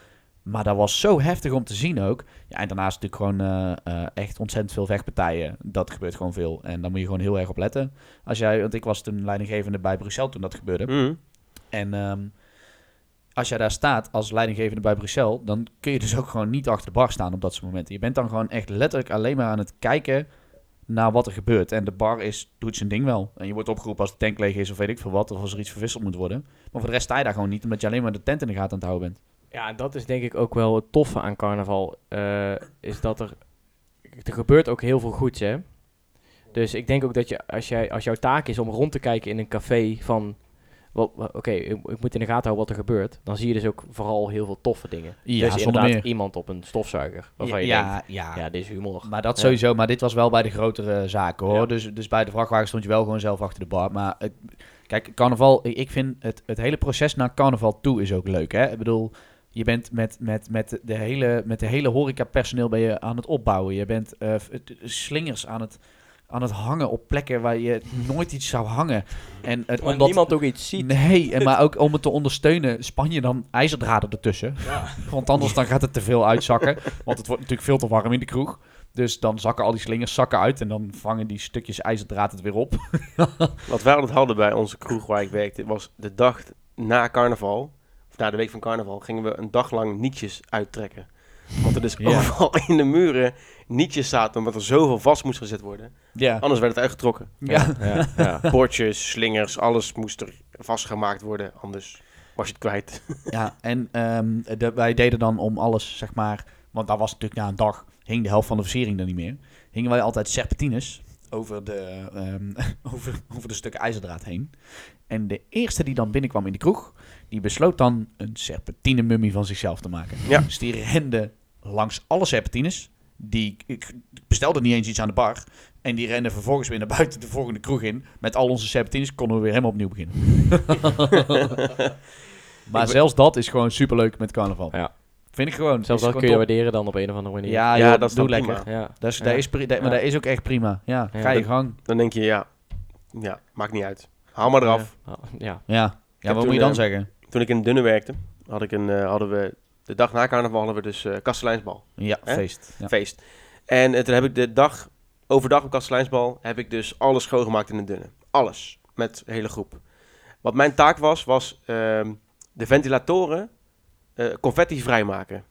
Speaker 2: Maar dat was zo heftig om te zien ook. Ja, en daarnaast natuurlijk gewoon eh, eh, echt ontzettend veel vechtpartijen. Dat gebeurt gewoon veel. En daar moet je gewoon heel erg op letten. Als jij, want ik was toen leidinggevende bij Bruxelles toen dat gebeurde.
Speaker 3: Mhm.
Speaker 2: En ehm, als jij daar staat als leidinggevende bij Bruxelles, dan kun je dus ook gewoon niet achter de bar staan op dat soort momenten. Je bent dan gewoon echt letterlijk alleen maar aan het kijken naar wat er gebeurt. En de bar is, doet zijn ding wel. En je wordt opgeroepen als de tank leeg is of weet ik veel wat, of als er iets verwisseld moet worden. Maar voor de rest sta je daar gewoon niet, omdat je alleen maar de tent in de gaten aan het houden bent.
Speaker 1: Ja, en dat is denk ik ook wel het toffe aan carnaval. eh, is dat er... Er gebeurt ook heel veel goeds, hè? Dus ik denk ook dat je, als, jij, als jouw taak is om rond te kijken in een café van... wat- wa- Oké, ik, ik moet in de gaten houden wat er gebeurt. Dan zie je dus ook vooral heel veel toffe dingen.
Speaker 2: Ja,
Speaker 1: dus
Speaker 2: zonder
Speaker 1: inderdaad
Speaker 2: meer.
Speaker 1: iemand op een stofzuiger. Waarvan je denkt, ja, dit is humor.
Speaker 2: Maar dat
Speaker 1: Ja.
Speaker 2: sowieso, maar dit was wel bij de grotere zaken hoor.
Speaker 1: Ja.
Speaker 2: Dus, dus bij de vrachtwagen stond je wel gewoon zelf achter de bar. Maar het, kijk, carnaval, ik- ik vind het, het hele proces naar carnaval toe is ook leuk. Hè? Ik bedoel, je bent met, met, met, de hele, met de hele horecapersoneel ben je aan het opbouwen. Je bent eh, f- het- slingers aan het, aan het hangen op plekken waar je nooit iets zou hangen. En het,
Speaker 1: Omdat
Speaker 2: omdat,
Speaker 1: niemand ook iets ziet.
Speaker 2: [LAUGHS] Nee, en maar ook om het te ondersteunen, span je dan ijzerdraden ertussen. Want anders dan gaat het te veel uitzakken. Want het wordt natuurlijk veel te warm in de kroeg. Dus dan zakken al die slingers zakken uit en dan vangen die stukjes ijzerdraad het weer op.
Speaker 3: Wat wij altijd hadden bij onze kroeg waar ik werkte, was de dag na carnaval, of na de week van carnaval, gingen we een dag lang nietjes uittrekken. Want er dus
Speaker 2: Ja.
Speaker 3: overal [LAUGHS] in de muren nietjes zaten, omdat er zoveel vast moest gezet worden.
Speaker 2: Ja.
Speaker 3: Anders werd het uitgetrokken.
Speaker 2: Ja.
Speaker 1: ja, ja.
Speaker 3: Bordjes, slingers, alles moest er vastgemaakt worden, anders was je het kwijt.
Speaker 2: ja, en ehm, de- wij deden dan om alles, zeg maar... Want daar was natuurlijk na een dag, hing de helft van de versiering er niet meer. Hingen wij altijd serpentines over de, ehm, [LAUGHS] over, over de stukken ijzerdraad heen. En de eerste die dan binnenkwam in de kroeg, die besloot dan een serpentine-mummie van zichzelf te maken.
Speaker 3: Ja.
Speaker 2: Dus die rende langs alle serpentines. Die, ik bestelde niet eens iets aan de bar. En die renden vervolgens weer naar buiten de volgende kroeg in. Met al onze serpentines konden we weer helemaal opnieuw beginnen.
Speaker 1: [LAUGHS]
Speaker 2: maar zelfs dat is gewoon superleuk met carnaval.
Speaker 1: Ja.
Speaker 2: Vind ik gewoon. Is
Speaker 1: Zelfs dat
Speaker 2: gewoon
Speaker 1: kun je
Speaker 2: top.
Speaker 1: waarderen dan op een of andere manier.
Speaker 2: Ja,
Speaker 3: Ja,
Speaker 2: joh,
Speaker 3: dat is
Speaker 2: doe
Speaker 3: dan
Speaker 2: lekker.
Speaker 3: prima.
Speaker 1: ja.
Speaker 2: Dat is,
Speaker 1: Ja.
Speaker 2: dat is pri- dat- maar
Speaker 1: Ja.
Speaker 2: dat is ook echt prima. Ja,
Speaker 1: Ja,
Speaker 2: ga je
Speaker 3: dat-
Speaker 2: gang.
Speaker 3: Dan denk je, ja, ja, maakt niet uit. Haal maar eraf.
Speaker 1: Ja. Oh, Ja.
Speaker 2: Ja, ja
Speaker 3: heb
Speaker 2: wat
Speaker 3: toen,
Speaker 2: moet je dan
Speaker 3: eh,
Speaker 2: zeggen?
Speaker 3: Toen ik in Dunne werkte, had ik een, eh, hadden we, de dag na carnaval hadden we dus eh kasteleinsbal.
Speaker 2: Ja,
Speaker 3: hè?
Speaker 2: feest. Ja.
Speaker 3: feest. En eh, toen heb ik de dag, overdag op Kasteleinsbal, heb ik dus alles schoongemaakt in de dunne. Alles. Met de hele groep. Wat mijn taak was, was ehm, de ventilatoren eh, confetti vrijmaken.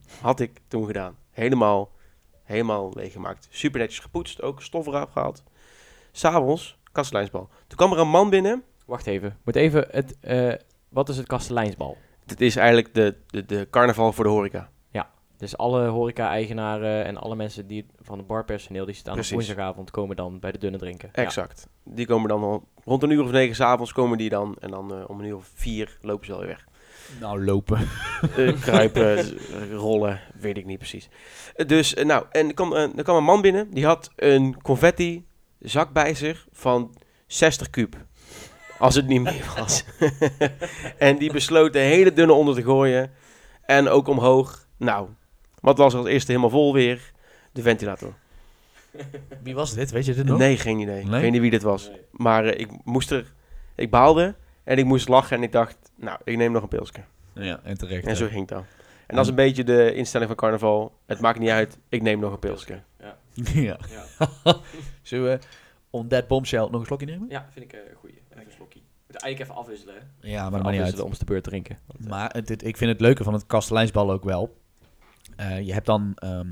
Speaker 3: [LAUGHS] Had ik toen gedaan. Helemaal, helemaal leeggemaakt. Super netjes gepoetst, ook stof eraf gehaald. S'avonds, Kasteleinsbal. Toen kwam er een man binnen.
Speaker 1: Wacht even. Moet even het, eh, wat is het kasteleinsbal?
Speaker 3: Dit is eigenlijk de, de, de carnaval voor de horeca.
Speaker 1: Dus alle horeca-eigenaren en alle mensen die van het barpersoneel die zitten aan de
Speaker 3: Precies.
Speaker 1: woensdagavond komen dan bij de dunne drinken. Ja.
Speaker 3: Exact. Die komen dan al, rond een uur of negen s'avonds komen die dan. En dan eh, om een uur of vier lopen ze alweer weg.
Speaker 2: Nou, lopen.
Speaker 3: Eh, kruipen, eh, rollen, weet ik niet precies. Eh, dus, eh, nou, en er kwam, een- er kwam een man binnen, die had een confetti zak bij zich van 60 kuub. Als het niet meer was. [LAUGHS] en die besloot de hele dunne onder te gooien. En ook omhoog. Nou, wat was er als eerste helemaal vol weer? De ventilator.
Speaker 2: [LAUGHS] Wie was dit? Weet je dit nog?
Speaker 3: Nee, geen idee.
Speaker 2: Nee?
Speaker 3: Ik weet niet wie dit was. Maar eh, ik moest er... Ik baalde en ik moest lachen en ik dacht... Nou, ik neem nog een pilsje.
Speaker 2: Ja, en terecht.
Speaker 3: En
Speaker 2: hè.
Speaker 3: zo ging het dan. En dat is een beetje de instelling van carnaval. Het maakt niet uit, ik neem nog een
Speaker 2: [LAUGHS]
Speaker 3: pilsje.
Speaker 2: [LAUGHS] ja. [LAUGHS] Zullen we Undead Bombshell nog een slokje nemen?
Speaker 1: Ja, vind ik een goeie. Even een slokje. Moet eigenlijk even afwisselen. hè.
Speaker 2: Ja, maar
Speaker 1: Even
Speaker 2: dat maakt niet uit.
Speaker 1: afwisselen om de beurt drinken.
Speaker 3: eh,
Speaker 2: Maar het, het- ik vind het leuke van het kastelijnsbal ook wel. Eh, je hebt dan... ehm,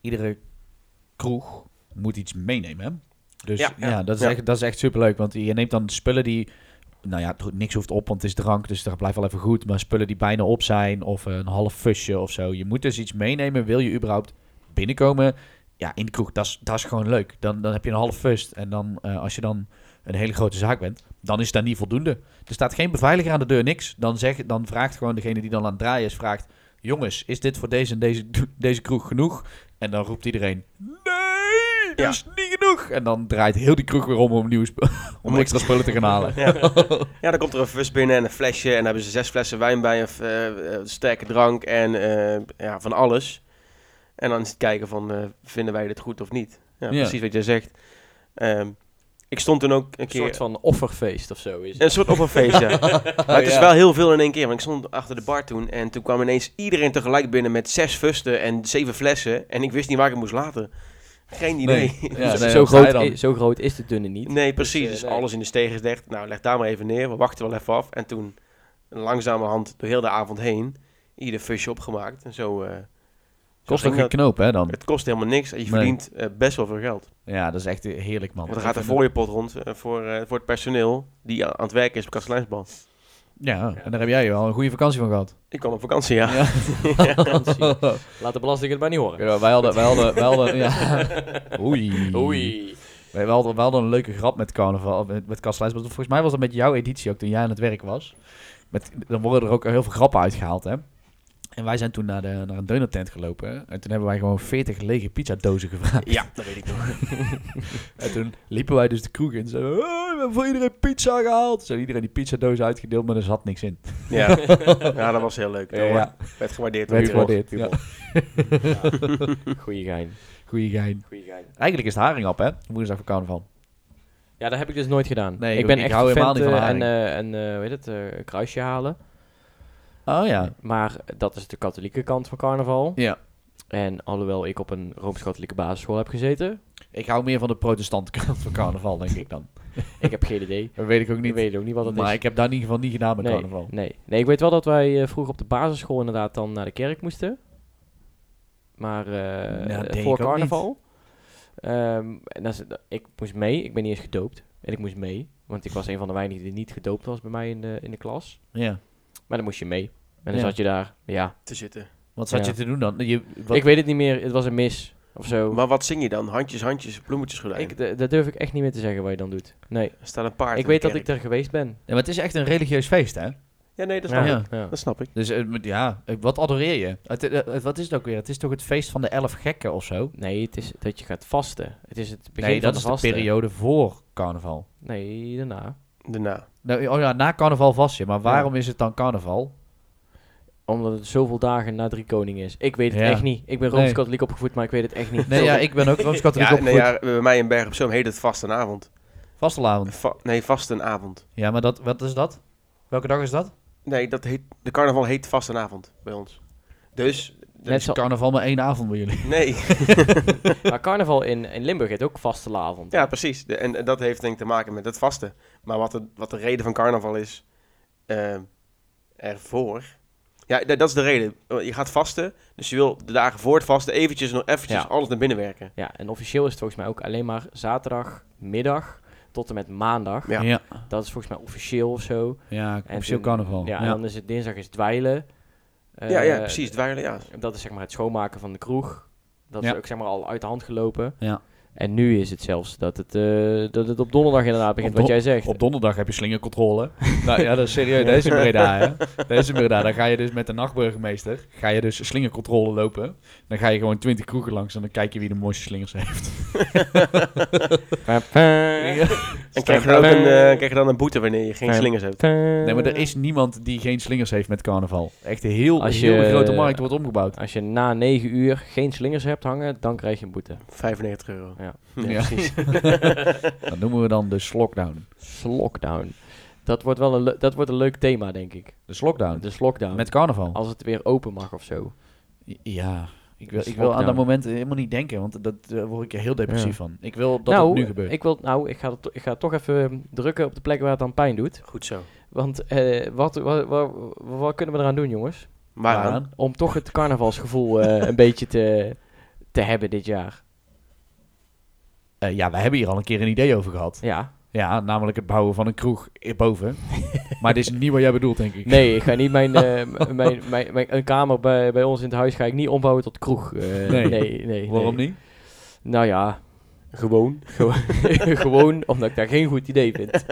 Speaker 2: iedere kroeg moet iets meenemen, hè? Dus ja,
Speaker 3: Ja, ja.
Speaker 2: dat, is
Speaker 3: Ja.
Speaker 2: Echt, dat is echt superleuk. Want je neemt dan spullen die... Nou ja, het- niks hoeft op, want het is drank, dus dat blijft wel even goed. Maar spullen die bijna op zijn, of eh, een half fusje of zo. Je moet dus iets meenemen, wil je überhaupt binnenkomen. Ja, in de kroeg, dat is- dat is gewoon leuk. Dan, dan heb je een half fust. En dan, eh, als je dan een hele grote zaak bent, dan is dat niet voldoende. Er staat geen beveiliger aan de deur, niks. Dan, zeg, dan vraagt gewoon degene die dan aan het draaien is, vraagt... Jongens, is dit voor deze en deze, [LAUGHS] deze kroeg genoeg? En dan roept iedereen... Nee, dat
Speaker 3: Ja.
Speaker 2: is niet genoeg! En dan draait heel die kroeg weer om om, nieuwe sp- [LAUGHS] om extra spullen te gaan halen.
Speaker 3: Ja. ja, dan komt er een fus binnen en een flesje. En dan hebben ze zes flessen wijn bij, een f- eh, eh, sterke drank en eh, ja, van alles. En dan is het kijken van, eh, vinden wij dit goed of niet? Ja,
Speaker 2: Ja.
Speaker 3: precies wat jij zegt. Ehm, ik stond toen ook een
Speaker 1: Een soort
Speaker 3: keer...
Speaker 1: van offerfeest of zo is het.
Speaker 3: Een soort op een
Speaker 2: [LAUGHS]
Speaker 3: feest, ja. Maar het is wel heel veel in één keer. Want ik stond achter de bar toen en toen kwam ineens iedereen tegelijk binnen met zes fusten en zeven flessen. En ik wist niet waar ik het moest laten. Geen [LAUGHS] idee.
Speaker 2: Nee.
Speaker 3: Dus-
Speaker 2: Ja, nee,
Speaker 1: zo,
Speaker 2: wat zei
Speaker 1: groot
Speaker 2: dan?
Speaker 1: i- zo groot is de dunne niet.
Speaker 3: Nee, precies.
Speaker 1: eh,
Speaker 3: Dus,
Speaker 1: nee.
Speaker 3: alles in de steeg is dicht. Nou, leg daar maar even neer. We wachten wel even af. En toen langzamerhand door heel de avond heen ieder fusje opgemaakt. En zo, eh, zo
Speaker 2: Kost
Speaker 3: ging
Speaker 2: ook geen
Speaker 3: dat.
Speaker 2: knoop, hè,
Speaker 3: [LAUGHS]
Speaker 2: dan?
Speaker 3: Het kost helemaal niks. En je
Speaker 2: Nee.
Speaker 3: verdient eh, best wel veel geld.
Speaker 2: Ja, dat is echt heerlijk, man.
Speaker 3: Want er gaat een
Speaker 2: Ik vind
Speaker 3: fooiepot rond eh, voor, eh, voor het personeel die a- aan het werken is op Kasteleinsbal.
Speaker 2: het- Ja, en daar heb jij wel een goede vakantie van gehad.
Speaker 3: Ik kwam op vakantie, ja.
Speaker 1: Vakantie. Laat de belasting het maar niet horen.
Speaker 2: Ja, wij hadden, wij hadden, wij [LAUGHS] hadden, ja. Oei.
Speaker 1: Oei.
Speaker 2: Wij wij hadden, wij hadden een leuke grap met carnaval, met, met Kasteleins. Want volgens mij was dat met jouw editie ook toen jij aan het werk was. Met, dan worden er ook heel veel grappen uitgehaald, hè. En wij zijn toen naar, de, naar een donutent gelopen. En toen hebben wij gewoon 40 lege pizzadozen gevraagd.
Speaker 3: Ja, dat weet ik nog.
Speaker 2: [LAUGHS] En toen liepen wij dus de kroeg in. Zeiden, we, "Hey, we hebben voor iedereen pizza gehaald. Zo iedereen die pizzadoos uitgedeeld, maar er zat niks in.
Speaker 1: [LAUGHS]
Speaker 3: Ja. [LAUGHS] ja, dat was heel leuk. Dat
Speaker 2: Ja.
Speaker 3: wordt- werd gewaardeerd. door
Speaker 2: Werd
Speaker 3: iedereen.
Speaker 2: gewaardeerd. Ja.
Speaker 1: Goeie gein.
Speaker 2: Goeie gein.
Speaker 1: Goeie gein.
Speaker 2: Eigenlijk is het haringap, hè? Woensdag voor carnaval.
Speaker 1: Ja, dat heb ik dus nooit gedaan.
Speaker 2: Nee,
Speaker 1: ik
Speaker 2: ik
Speaker 1: ben
Speaker 2: ook- ik
Speaker 1: echt
Speaker 2: hou helemaal
Speaker 1: fan,
Speaker 2: niet van
Speaker 1: eh, en,
Speaker 2: haring.
Speaker 1: eh, en eh, hoe heet het, eh, een kruisje halen.
Speaker 2: Oh ja.
Speaker 1: Maar dat is de katholieke kant van carnaval.
Speaker 2: Ja.
Speaker 1: En alhoewel ik op een Rooms-Katholieke basisschool heb gezeten,
Speaker 2: Ik hou meer van de protestante kant van carnaval, denk ik dan.
Speaker 1: ik heb geen idee.
Speaker 2: Dat weet ik ook
Speaker 1: Ik
Speaker 2: niet.
Speaker 1: weet ook niet wat het
Speaker 2: maar
Speaker 1: is.
Speaker 2: ik heb daar in ieder geval niet gedaan met
Speaker 1: nee,
Speaker 2: carnaval.
Speaker 1: Nee. nee, ik weet wel dat wij eh, vroeger op de basisschool inderdaad dan naar de kerk moesten. Maar eh,
Speaker 2: Nou, dat deed
Speaker 1: voor
Speaker 2: ik ook
Speaker 1: carnaval. Ehm, en dat is, dat- ik moest mee, ik ben niet eens gedoopt. En ik moest mee, want ik was een van de weinigen die niet gedoopt was bij mij in de, in de klas.
Speaker 2: Ja.
Speaker 1: Maar dan moest je mee. En
Speaker 2: Ja.
Speaker 1: dan zat je daar, ja.
Speaker 3: Te zitten.
Speaker 2: Wat zat
Speaker 1: Ja.
Speaker 2: je te doen dan? Je, wat,
Speaker 1: Ik weet het niet meer, het was een mis of zo.
Speaker 3: Maar wat zing je dan? Handjes, handjes, bloemetjes gedaan.
Speaker 1: Ik, d- dat durf ik echt niet meer te zeggen wat je dan doet. Nee,
Speaker 3: Er staat een paard
Speaker 1: ik
Speaker 3: in de
Speaker 1: weet dat
Speaker 3: kerk.
Speaker 1: ik er geweest ben.
Speaker 2: Ja, maar het is echt een religieus feest, hè?
Speaker 3: Ja, nee, dat
Speaker 1: Ja.
Speaker 3: snap ik.
Speaker 2: Ja.
Speaker 1: Ja.
Speaker 3: Dat snap ik.
Speaker 2: Dus eh, met- ja, eh, wat adoreer je? Het, eh, het- wat is het ook weer? Het is toch het feest van de elf gekken of zo?
Speaker 1: Nee, het is dat je gaat vasten. Het is het begin
Speaker 2: Nee,
Speaker 1: van
Speaker 2: dat is de
Speaker 1: vasten.
Speaker 2: periode voor carnaval.
Speaker 1: Nee, daarna.
Speaker 3: Daarna.
Speaker 2: Nou, oh ja, na carnaval vast je. Maar waarom is het dan carnaval?
Speaker 1: Omdat het zoveel dagen na drie koningen is. Ik weet het
Speaker 2: Ja.
Speaker 1: echt niet. Ik ben
Speaker 2: Nee.
Speaker 1: Rooms-Katholiek opgevoed, maar ik weet het echt niet.
Speaker 2: Nee, ja, ik [LAUGHS] ben ook Rooms-Katholiek
Speaker 3: Ja, nee,
Speaker 2: opgevoed.
Speaker 3: ja, bij mij in Berg op Zoom heet het vastenavond.
Speaker 2: Vastelavond.
Speaker 3: Va- nee, vastenavond.
Speaker 2: Ja, maar dat, wat is dat? Welke dag is dat?
Speaker 3: Nee, dat heet, de carnaval heet vastenavond bij ons. Dus,
Speaker 1: Net
Speaker 2: Is
Speaker 1: zo,
Speaker 2: carnaval maar één avond bij jullie.
Speaker 3: nee.
Speaker 1: maar carnaval in, in Limburg heet ook vastelavond.
Speaker 3: Ja, precies. De- en, en dat heeft denk ik te maken met het vasten. Maar wat de, wat de reden van carnaval is, eh, ervoor... Ja, d- dat is de reden. Eh, Je gaat vasten, dus je wil de dagen voor het vasten eventjes, nog eventjes
Speaker 1: Ja.
Speaker 3: alles naar binnen werken.
Speaker 1: Ja, en officieel is het volgens mij ook alleen maar zaterdagmiddag tot en met maandag.
Speaker 3: Ja.
Speaker 2: ja.
Speaker 1: Dat is volgens mij officieel of zo.
Speaker 2: Ja, officieel
Speaker 1: toen-
Speaker 2: carnaval.
Speaker 1: Ja,
Speaker 2: Oh, Ja,
Speaker 1: en dan is het dinsdag is dweilen. Eh,
Speaker 3: ja, ja, precies. Dweilen, ja.
Speaker 1: Dat is zeg maar het schoonmaken van de kroeg. Dat
Speaker 2: Ja.
Speaker 1: is ook zeg maar al uit de hand gelopen.
Speaker 2: Ja.
Speaker 1: En nu is het zelfs dat het, eh, dat het op donderdag inderdaad begint,
Speaker 2: Op
Speaker 1: wat
Speaker 2: don-
Speaker 1: jij zegt.
Speaker 2: Op donderdag heb je slingercontrole. [LAUGHS] nou ja, dat is serieus. Deze in Breda, hè. Deze in Breda. Dan ga je dus met de nachtburgemeester... ga je dus slingercontrole lopen. Dan ga je gewoon 20 kroegen langs... en dan kijk je wie de mooiste slingers heeft.
Speaker 3: En krijg je, dan ook een, eh, krijg je dan een boete wanneer je geen
Speaker 1: Ja.
Speaker 3: slingers hebt.
Speaker 2: Nee, maar er is niemand die geen slingers heeft met carnaval. Echt een heel,
Speaker 1: Als
Speaker 2: heel
Speaker 1: je-
Speaker 2: grote markt wordt omgebouwd.
Speaker 1: Als je na 9 uur geen slingers hebt hangen, dan krijg je een boete.
Speaker 3: 95 euro.
Speaker 1: Ja.
Speaker 2: Ja. [LAUGHS]
Speaker 1: [LAUGHS]
Speaker 3: precies.
Speaker 2: Dat noemen we dan de slokdown.
Speaker 1: Slockdown. Dat wordt wel een, le- dat wordt een leuk thema, denk ik.
Speaker 2: De slokdown.
Speaker 1: Dus lockdown.
Speaker 2: Met carnaval.
Speaker 1: Als het weer open mag of zo.
Speaker 2: Ja, ik wil,
Speaker 1: Dus
Speaker 2: ik wil aan dat
Speaker 1: lockdown.
Speaker 2: moment eh, helemaal niet denken, want dat daar word ik heel depressief
Speaker 1: Ja.
Speaker 2: van. Ik wil dat
Speaker 1: nou,
Speaker 2: het nu gebeurt.
Speaker 1: Ik, wil, nou ik, ga het, to- ik ga het toch even eh, drukken op de plek waar het dan pijn doet.
Speaker 3: Goed zo.
Speaker 1: Want eh, wat, wat, wat, wat kunnen we eraan doen, jongens?
Speaker 3: Maar
Speaker 2: Waaraan?
Speaker 1: Om toch het
Speaker 2: [LAUGHS]
Speaker 1: carnavalsgevoel eh, een beetje te, te hebben dit jaar.
Speaker 2: Eh, ja, we hebben hier al een keer een idee over gehad.
Speaker 1: Ja.
Speaker 2: Ja, namelijk het bouwen van een kroeg
Speaker 1: [LAUGHS]
Speaker 2: boven. maar dit is niet wat jij bedoelt, denk ik.
Speaker 1: Nee, ik ga niet mijn, eh, m- mijn, mijn, mijn- een kamer bij, bij ons in het huis ga ik niet ombouwen tot kroeg. Eh, nee. nee, nee.
Speaker 2: [LAUGHS] Waarom niet?
Speaker 1: Nou ja, [LAUGHS]
Speaker 3: gewoon.
Speaker 1: gewoon- gewoon omdat ik daar geen goed idee vind.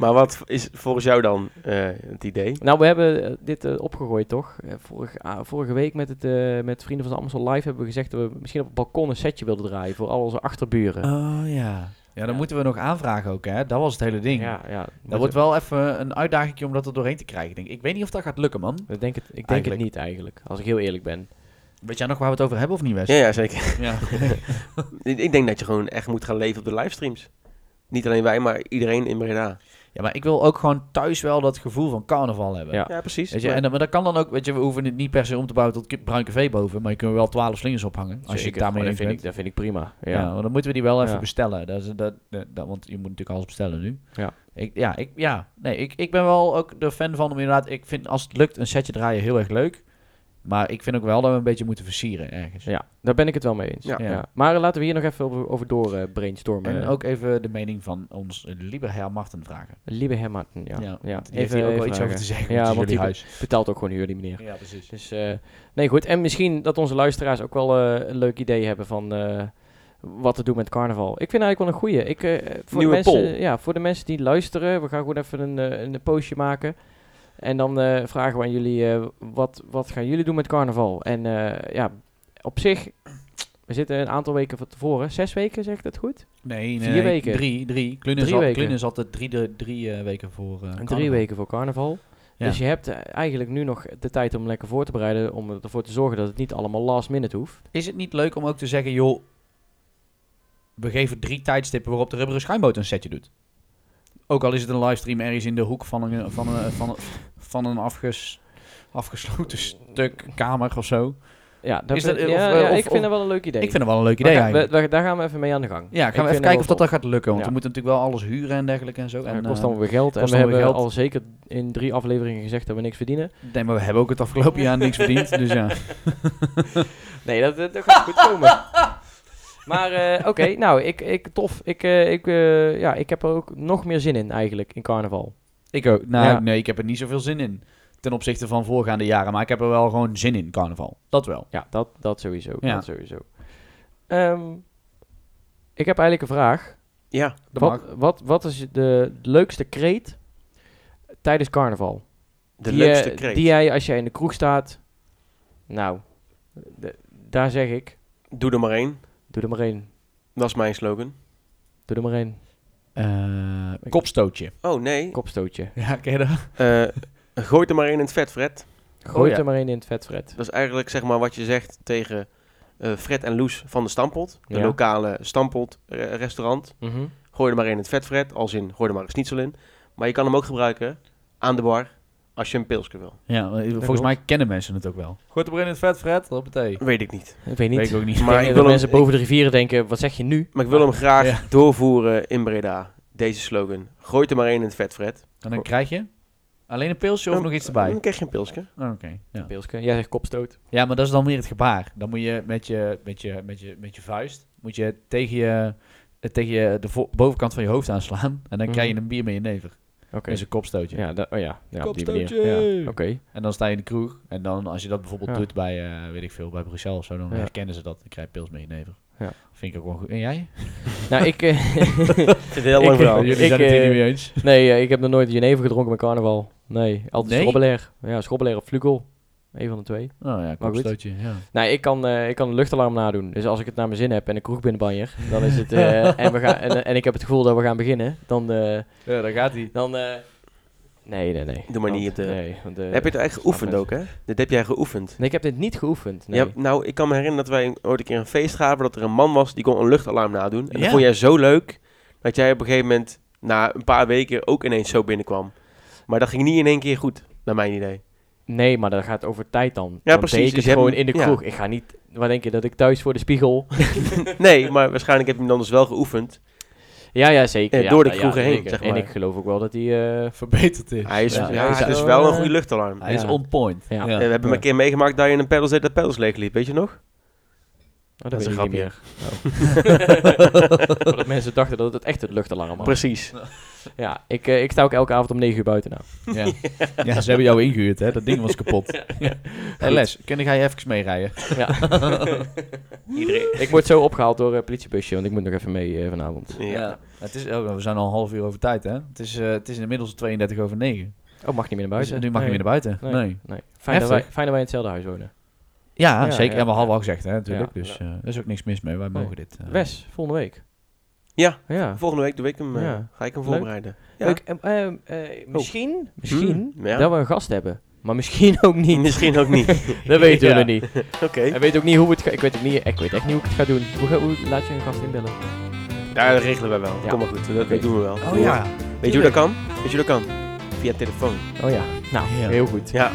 Speaker 3: Maar wat is volgens jou dan eh, het idee?
Speaker 1: Nou, we hebben eh, dit eh, opgegooid, toch? Eh, vorig- ah, vorige week met, het, eh, met Vrienden van de Amstel Live hebben we gezegd dat we misschien op het balkon een setje wilden draaien voor al onze achterburen.
Speaker 2: Oh ja. Ja, dan
Speaker 1: Ja.
Speaker 2: moeten we nog aanvragen ook, hè? Dat was het hele ding.
Speaker 1: Ja, ja.
Speaker 2: Dat wordt wel even een uitdaging om dat er doorheen te krijgen, denk ik. Ik weet niet of dat gaat lukken, man.
Speaker 1: Ik denk, het, ik denk het
Speaker 2: Eigenlijk.
Speaker 1: niet eigenlijk, als ik heel eerlijk ben.
Speaker 2: Weet jij nog waar we het over hebben of niet, Wes?
Speaker 3: Ja, ja zeker.
Speaker 2: Ja.
Speaker 3: [LAUGHS] ik ik denk dat je gewoon echt moet gaan leven op de livestreams. Niet alleen wij, maar iedereen in Breda.
Speaker 2: ja, maar ik wil ook gewoon thuis wel dat gevoel van carnaval hebben.
Speaker 1: Ja.
Speaker 3: Ja, precies.
Speaker 2: Weet je, en, dan- maar dat kan dan ook, weet je, we hoeven het niet per se om te bouwen tot ki- bruin café boven, maar je kunt er wel twaalf slingers ophangen. Als je
Speaker 1: Zeker.
Speaker 2: het daarmee
Speaker 1: Maar
Speaker 2: eens
Speaker 1: dat
Speaker 2: bent.
Speaker 1: vind, ik, dat vind ik prima. Ja.
Speaker 2: Ja, maar dan moeten we die wel even
Speaker 1: Ja.
Speaker 2: bestellen. Dat is, dat, dat, dat- want je moet natuurlijk alles bestellen nu.
Speaker 1: Ja.
Speaker 2: Ik, ja, ik, ja. Nee, ik, ik ben wel ook er fan van om inderdaad, ik vind als het lukt een setje draaien heel erg leuk. Maar ik vind ook wel dat we een beetje moeten versieren ergens.
Speaker 1: Ja, daar ben ik het wel mee eens.
Speaker 3: Ja.
Speaker 1: Ja. Maar eh, laten we hier nog even over, over door eh, brainstormen.
Speaker 2: En ook even de mening van ons eh, lieve Herr Marten vragen.
Speaker 1: Lieve Herr Martin, ja. ja.
Speaker 2: Die heeft hier ook wel iets over te zeggen.
Speaker 1: Ja,
Speaker 2: Ja,
Speaker 1: want
Speaker 2: want het is
Speaker 1: die-
Speaker 2: jullie huis.
Speaker 1: Vertelt ook gewoon huur, die meneer.
Speaker 2: Ja, precies.
Speaker 1: Dus eh, nee, goed. En misschien dat onze luisteraars ook wel eh, een leuk idee hebben van eh, wat te doen met carnaval. Ik vind eigenlijk wel een goeie. Ik, eh, voor, de
Speaker 3: Nieuwe
Speaker 1: mensen,
Speaker 3: poll.
Speaker 1: Ja, voor de mensen die luisteren, we gaan gewoon even een, eh, een postje maken. En dan eh, vragen we aan jullie, eh, wat, wat gaan jullie doen met carnaval? En eh, ja, op zich, we zitten een aantal weken van tevoren. Zes weken, zeg ik dat goed?
Speaker 2: Nee, nee,
Speaker 1: Vier
Speaker 2: nee,
Speaker 1: weken.
Speaker 2: Drie, drie. Klunen
Speaker 1: Drie
Speaker 2: is, al-
Speaker 1: weken.
Speaker 2: Kluun is altijd drie, de, drie eh, weken voor. eh,
Speaker 1: Drie
Speaker 2: carnaval.
Speaker 1: weken voor carnaval.
Speaker 2: Ja.
Speaker 1: Dus je hebt eh, eigenlijk nu nog de tijd om lekker voor te bereiden. Om ervoor te zorgen dat het niet allemaal last minute hoeft.
Speaker 2: Is het niet leuk om ook te zeggen, joh, we geven drie tijdstippen waarop de rubberen schuimboot een setje doet? Ook al is het een livestream ergens in de hoek van een, van een, van een, van een afges, afgesloten stuk kamer of zo.
Speaker 1: Ja, dat
Speaker 2: Is
Speaker 1: vind-
Speaker 2: dat- of,
Speaker 1: ja,
Speaker 2: eh,
Speaker 1: ja,
Speaker 2: of-
Speaker 1: ik vind
Speaker 2: of-
Speaker 1: dat wel een leuk idee.
Speaker 2: Ik vind het wel een leuk
Speaker 1: Maar
Speaker 2: idee
Speaker 1: ga- we-
Speaker 2: eigenlijk.
Speaker 1: we- daar gaan we even mee aan de gang.
Speaker 2: Ja, gaan
Speaker 1: Ik
Speaker 2: we even
Speaker 1: vind
Speaker 2: kijken
Speaker 1: er
Speaker 2: of dat,
Speaker 1: wel
Speaker 2: dat gaat lukken. Want
Speaker 1: Ja.
Speaker 2: we moeten natuurlijk wel alles huren en dergelijke en zo.
Speaker 1: voor. Ja,
Speaker 2: en,
Speaker 1: dat kost
Speaker 2: eh,
Speaker 1: allemaal weer geld. En
Speaker 2: kost
Speaker 1: we
Speaker 2: allemaal
Speaker 1: hebben
Speaker 2: weer geld.
Speaker 1: al zeker in drie afleveringen gezegd dat we niks verdienen.
Speaker 2: nee, maar we hebben ook het
Speaker 1: [LAUGHS]
Speaker 2: afgelopen jaar niks verdiend. Dus ja.
Speaker 1: Nee, dat, dat, dat gaat goed komen. [LAUGHS] Maar eh, oké, nou, ik, ik, tof. Ik, eh, ik, eh, ja, ik heb er ook nog meer zin in eigenlijk, in carnaval.
Speaker 2: Ik ook. Nou,
Speaker 1: Ja.
Speaker 2: nee, ik heb er niet zoveel zin in. Ten opzichte van voorgaande jaren. Maar ik heb er wel gewoon zin in, carnaval. Dat wel.
Speaker 1: Ja, dat, dat sowieso.
Speaker 2: Ja.
Speaker 1: Dat sowieso. Ehm, ik heb eigenlijk een vraag.
Speaker 3: Ja,
Speaker 2: Dat
Speaker 1: Wat,
Speaker 2: mag.
Speaker 1: wat, wat is de leukste kreet tijdens carnaval?
Speaker 3: de
Speaker 1: die,
Speaker 3: leukste
Speaker 1: eh,
Speaker 3: kreet.
Speaker 1: Die jij, als jij in de kroeg staat... Nou, d- daar zeg ik...
Speaker 3: Doe er maar één.
Speaker 1: Doe er maar één.
Speaker 3: Dat is mijn slogan.
Speaker 1: Doe er maar één.
Speaker 2: Eh, kopstootje.
Speaker 3: Oh nee,
Speaker 1: Kopstootje.
Speaker 2: [LAUGHS] Ja, ken je dat?
Speaker 3: Eh gooi er maar één in het vet, Fred.
Speaker 1: Gooi
Speaker 2: ja.
Speaker 1: er maar één in het vet, Fred.
Speaker 3: Dat is eigenlijk zeg maar wat je zegt tegen eh, Fred en Loes van de Stampot. De
Speaker 1: Ja.
Speaker 3: lokale Stampot eh, restaurant.
Speaker 1: Mhm.
Speaker 3: Gooi er maar één in het vet, Fred. Als in, gooi er maar een schnitzel in. Maar je kan hem ook gebruiken aan de bar als je een pilsje wil.
Speaker 2: Ja, maar volgens
Speaker 1: klopt.
Speaker 2: mij kennen mensen het ook wel. Goed erin in het vet, Fred. Dat betekent.
Speaker 3: Weet ik niet.
Speaker 1: Ik weet niet.
Speaker 2: Weet ik ook niet.
Speaker 1: maar
Speaker 3: Maar
Speaker 1: ik dat
Speaker 3: ik wil hem-
Speaker 1: mensen boven de rivieren denken, wat zeg je nu?
Speaker 3: Maar ik wil hem graag
Speaker 2: Ja.
Speaker 3: doorvoeren in Breda. Deze slogan. Gooi er maar één in het vet, Fred.
Speaker 2: En [LAUGHS] dan krijg je alleen een pilsje of
Speaker 3: Dan-
Speaker 2: nog iets erbij.
Speaker 3: Dan krijg je een pilsje.
Speaker 2: Oh, Oké. Ja.
Speaker 1: Pilske, jij zegt kopstoot.
Speaker 2: ja, maar dat is dan weer het gebaar. Dan moet je met je, met je, met je, met je vuist moet je tegen, je, eh, tegen je de vo- bovenkant van je hoofd aanslaan. En dan
Speaker 1: Mhm.
Speaker 2: krijg je een bier met je never.
Speaker 1: Oké.
Speaker 2: Dat is een kopstootje.
Speaker 1: Ja, da- oh ja. ja op die
Speaker 2: Kopstootje!
Speaker 1: manier. Ja. Oké.
Speaker 2: En dan sta je in de kroeg. En dan, als je dat bijvoorbeeld
Speaker 1: Ja.
Speaker 2: doet bij, eh, weet ik veel, bij Bruxelles of zo, dan
Speaker 1: Ja.
Speaker 2: herkennen ze dat. Dan krijg je pils met je never.
Speaker 1: Ja.
Speaker 2: Vind ik ook wel goed. En jij?
Speaker 1: nou, ik... eh, [LAUGHS]
Speaker 3: Ik vind het een heel
Speaker 1: Nou, Ik-
Speaker 3: lang verhaal.
Speaker 1: Jullie
Speaker 2: [LAUGHS] Jullie
Speaker 1: zijn
Speaker 2: zijn
Speaker 1: het
Speaker 2: het
Speaker 1: hier niet
Speaker 2: niet mee eens. Oh
Speaker 1: nee, eh, ik heb nog nooit Geneve gedronken met carnaval. Nee, altijd
Speaker 2: Nee?
Speaker 1: schrobbelair. Ja, schrobbelair of flugel. Eén van de twee.
Speaker 2: Oh ja,
Speaker 1: goed.
Speaker 2: kopstootje. Ja.
Speaker 1: Nou, ik kan, eh, ik kan een luchtalarm nadoen. Dus als ik het naar mijn zin heb en de kroeg binnenbanjer, dan is het...
Speaker 3: [LAUGHS]
Speaker 1: eh, en, we gaan, en, en ik heb het gevoel dat we gaan beginnen, dan... eh,
Speaker 2: Ja, daar gaat hij.
Speaker 1: Dan, eh, Nee, nee, nee.
Speaker 3: Doe maar
Speaker 1: Want-
Speaker 3: niet het, eh,
Speaker 1: nee, want, eh,
Speaker 3: Heb je het echt geoefend
Speaker 1: snap
Speaker 3: ook, hè? Dit heb jij geoefend.
Speaker 1: Nee, ik heb dit niet geoefend. Nee.
Speaker 3: Ja, nou, ik kan me herinneren dat wij ooit een keer een feest gaven dat er een man was die kon een luchtalarm nadoen.
Speaker 2: Ja.
Speaker 3: En dat vond jij zo leuk dat jij op een gegeven moment na een paar weken ook ineens zo binnenkwam. Maar dat ging niet in één keer goed, naar mijn
Speaker 1: [LAUGHS]
Speaker 3: idee.
Speaker 1: Nee, maar dat gaat over tijd dan.
Speaker 3: Ja,
Speaker 1: Dan
Speaker 3: precies,
Speaker 1: deed Ik het
Speaker 3: dus je hebt
Speaker 1: gewoon
Speaker 3: hem-
Speaker 1: in de
Speaker 3: ja.
Speaker 1: kroeg. Ik ga niet... Wat denk je, dat ik thuis voor de spiegel...
Speaker 3: Nee, maar waarschijnlijk heb je hem dan dus wel geoefend.
Speaker 1: ja, ja, zeker.
Speaker 3: Eh,
Speaker 1: ja,
Speaker 3: door de
Speaker 1: ja,
Speaker 3: kroegen heen,
Speaker 1: zeker.
Speaker 3: zeg
Speaker 1: En
Speaker 3: maar.
Speaker 1: ik geloof ook wel dat die... eh,
Speaker 4: Verbeterd is.
Speaker 3: Hij is,
Speaker 1: Ja,
Speaker 3: ja,
Speaker 1: hij is
Speaker 3: het is
Speaker 1: wel,
Speaker 3: wel een
Speaker 1: eh,
Speaker 3: goede luchtalarm.
Speaker 2: Hij is
Speaker 1: Ja.
Speaker 2: on point.
Speaker 1: Ja.
Speaker 3: Eh, we hebben een keer meegemaakt dat je in een pedal zit dat pedals leeg liep, weet je nog?
Speaker 1: Oh,
Speaker 3: Dat is
Speaker 1: weet
Speaker 3: een
Speaker 1: ik niet meer. [LAUGHS] dat mensen dachten dat het echt het luchtalarm was.
Speaker 3: Precies.
Speaker 1: Ja, ik, eh, ik sta ook elke avond om 9 uur buiten nou.
Speaker 2: Ja. ja, ze hebben jou ingehuurd, hè? Dat ding was kapot. Ja. Hey, Les, kun jij even meerijden?
Speaker 1: Ja. ik word zo opgehaald door een politiebusje, want ik moet nog even mee eh, vanavond.
Speaker 3: Ja.
Speaker 2: Het is, oh, we zijn al een half uur over tijd, hè? Het is, eh, het is inmiddels 32 over 9.
Speaker 1: Oh, mag niet meer naar
Speaker 2: Dus,
Speaker 1: buiten.
Speaker 2: eh, nu mag je
Speaker 1: Nee.
Speaker 2: weer naar buiten. Nee.
Speaker 1: Nee. Nee. Fijn, dat wij,
Speaker 2: Heftig.
Speaker 1: fijn dat wij in hetzelfde huis wonen.
Speaker 2: Ja,
Speaker 1: Ja,
Speaker 2: zeker.
Speaker 1: ja.
Speaker 2: En we hadden al gezegd, hè? Natuurlijk.
Speaker 1: Ja.
Speaker 2: Dus eh er is ook niks mis mee. Wij
Speaker 1: Nee.
Speaker 2: mogen dit. eh,
Speaker 1: Wes, volgende week.
Speaker 3: Ja.
Speaker 1: Ja.
Speaker 3: Volgende week doe ik hem, eh,
Speaker 1: Ja.
Speaker 3: ga ik hem
Speaker 1: Leuk.
Speaker 3: voorbereiden. Ja. Oh.
Speaker 1: Leuk. Ehm, ehm, eh, misschien, misschien
Speaker 3: Hmm, ja. [LAUGHS]
Speaker 1: dat we een gast hebben. Maar misschien ook niet.
Speaker 3: Misschien ook
Speaker 1: [LAUGHS]
Speaker 3: niet.
Speaker 1: Dat weten we
Speaker 2: Ja.
Speaker 1: nog niet.
Speaker 3: Oké.
Speaker 1: En weet ook niet hoe we het ga- Ik weet ook niet. Ik weet echt niet hoe ik het ga doen. Hoe, ga, hoe laat je een gast inbellen?
Speaker 3: Ja, dat regelen we wel.
Speaker 1: Ja.
Speaker 3: Kom maar goed, dat
Speaker 1: Oké.
Speaker 3: doen we wel.
Speaker 2: Oh ja.
Speaker 3: Weet je hoe dat kan? Weet je hoe dat kan? Via telefoon.
Speaker 1: Oh ja. Nou,
Speaker 2: Ja.
Speaker 1: heel goed.
Speaker 3: Ja.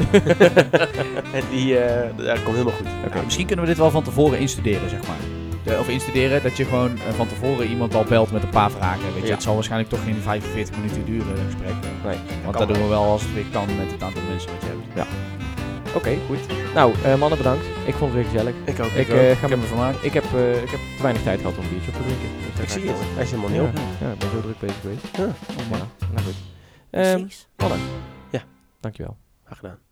Speaker 3: [LAUGHS] en die, eh dat komt helemaal goed.
Speaker 1: Oké.
Speaker 2: Ja, misschien kunnen we dit wel van tevoren instuderen, zeg maar. De- of instuderen dat je gewoon eh, van tevoren iemand al belt met een paar vragen. Weet je,
Speaker 1: Ja.
Speaker 2: het zal waarschijnlijk toch geen 45 minuten duren, dat gesprek. eh.
Speaker 1: Nee,
Speaker 2: Want
Speaker 3: kan
Speaker 2: dat doen we wel als het weer kan met het aantal mensen wat je hebt.
Speaker 1: Oké, goed. Nou, eh, mannen bedankt. Ik vond het weer gezellig.
Speaker 3: Ik ook.
Speaker 1: Ik, eh,
Speaker 3: ook.
Speaker 1: ga
Speaker 2: Ik
Speaker 1: me
Speaker 2: heb me vermaakt.
Speaker 1: Ik heb, eh, ik heb te weinig tijd gehad om een biertje op te drinken. Dus daar
Speaker 3: ik
Speaker 1: ga
Speaker 3: zie
Speaker 1: ik
Speaker 3: het. Hij is helemaal
Speaker 1: wel.
Speaker 3: niet op.
Speaker 1: Ja, ja, ik ben zo druk bezig geweest.
Speaker 3: Ja.
Speaker 1: Ja, nou goed. Ehm, mannen.
Speaker 3: Ja.
Speaker 1: Dankjewel.
Speaker 3: Graag gedaan.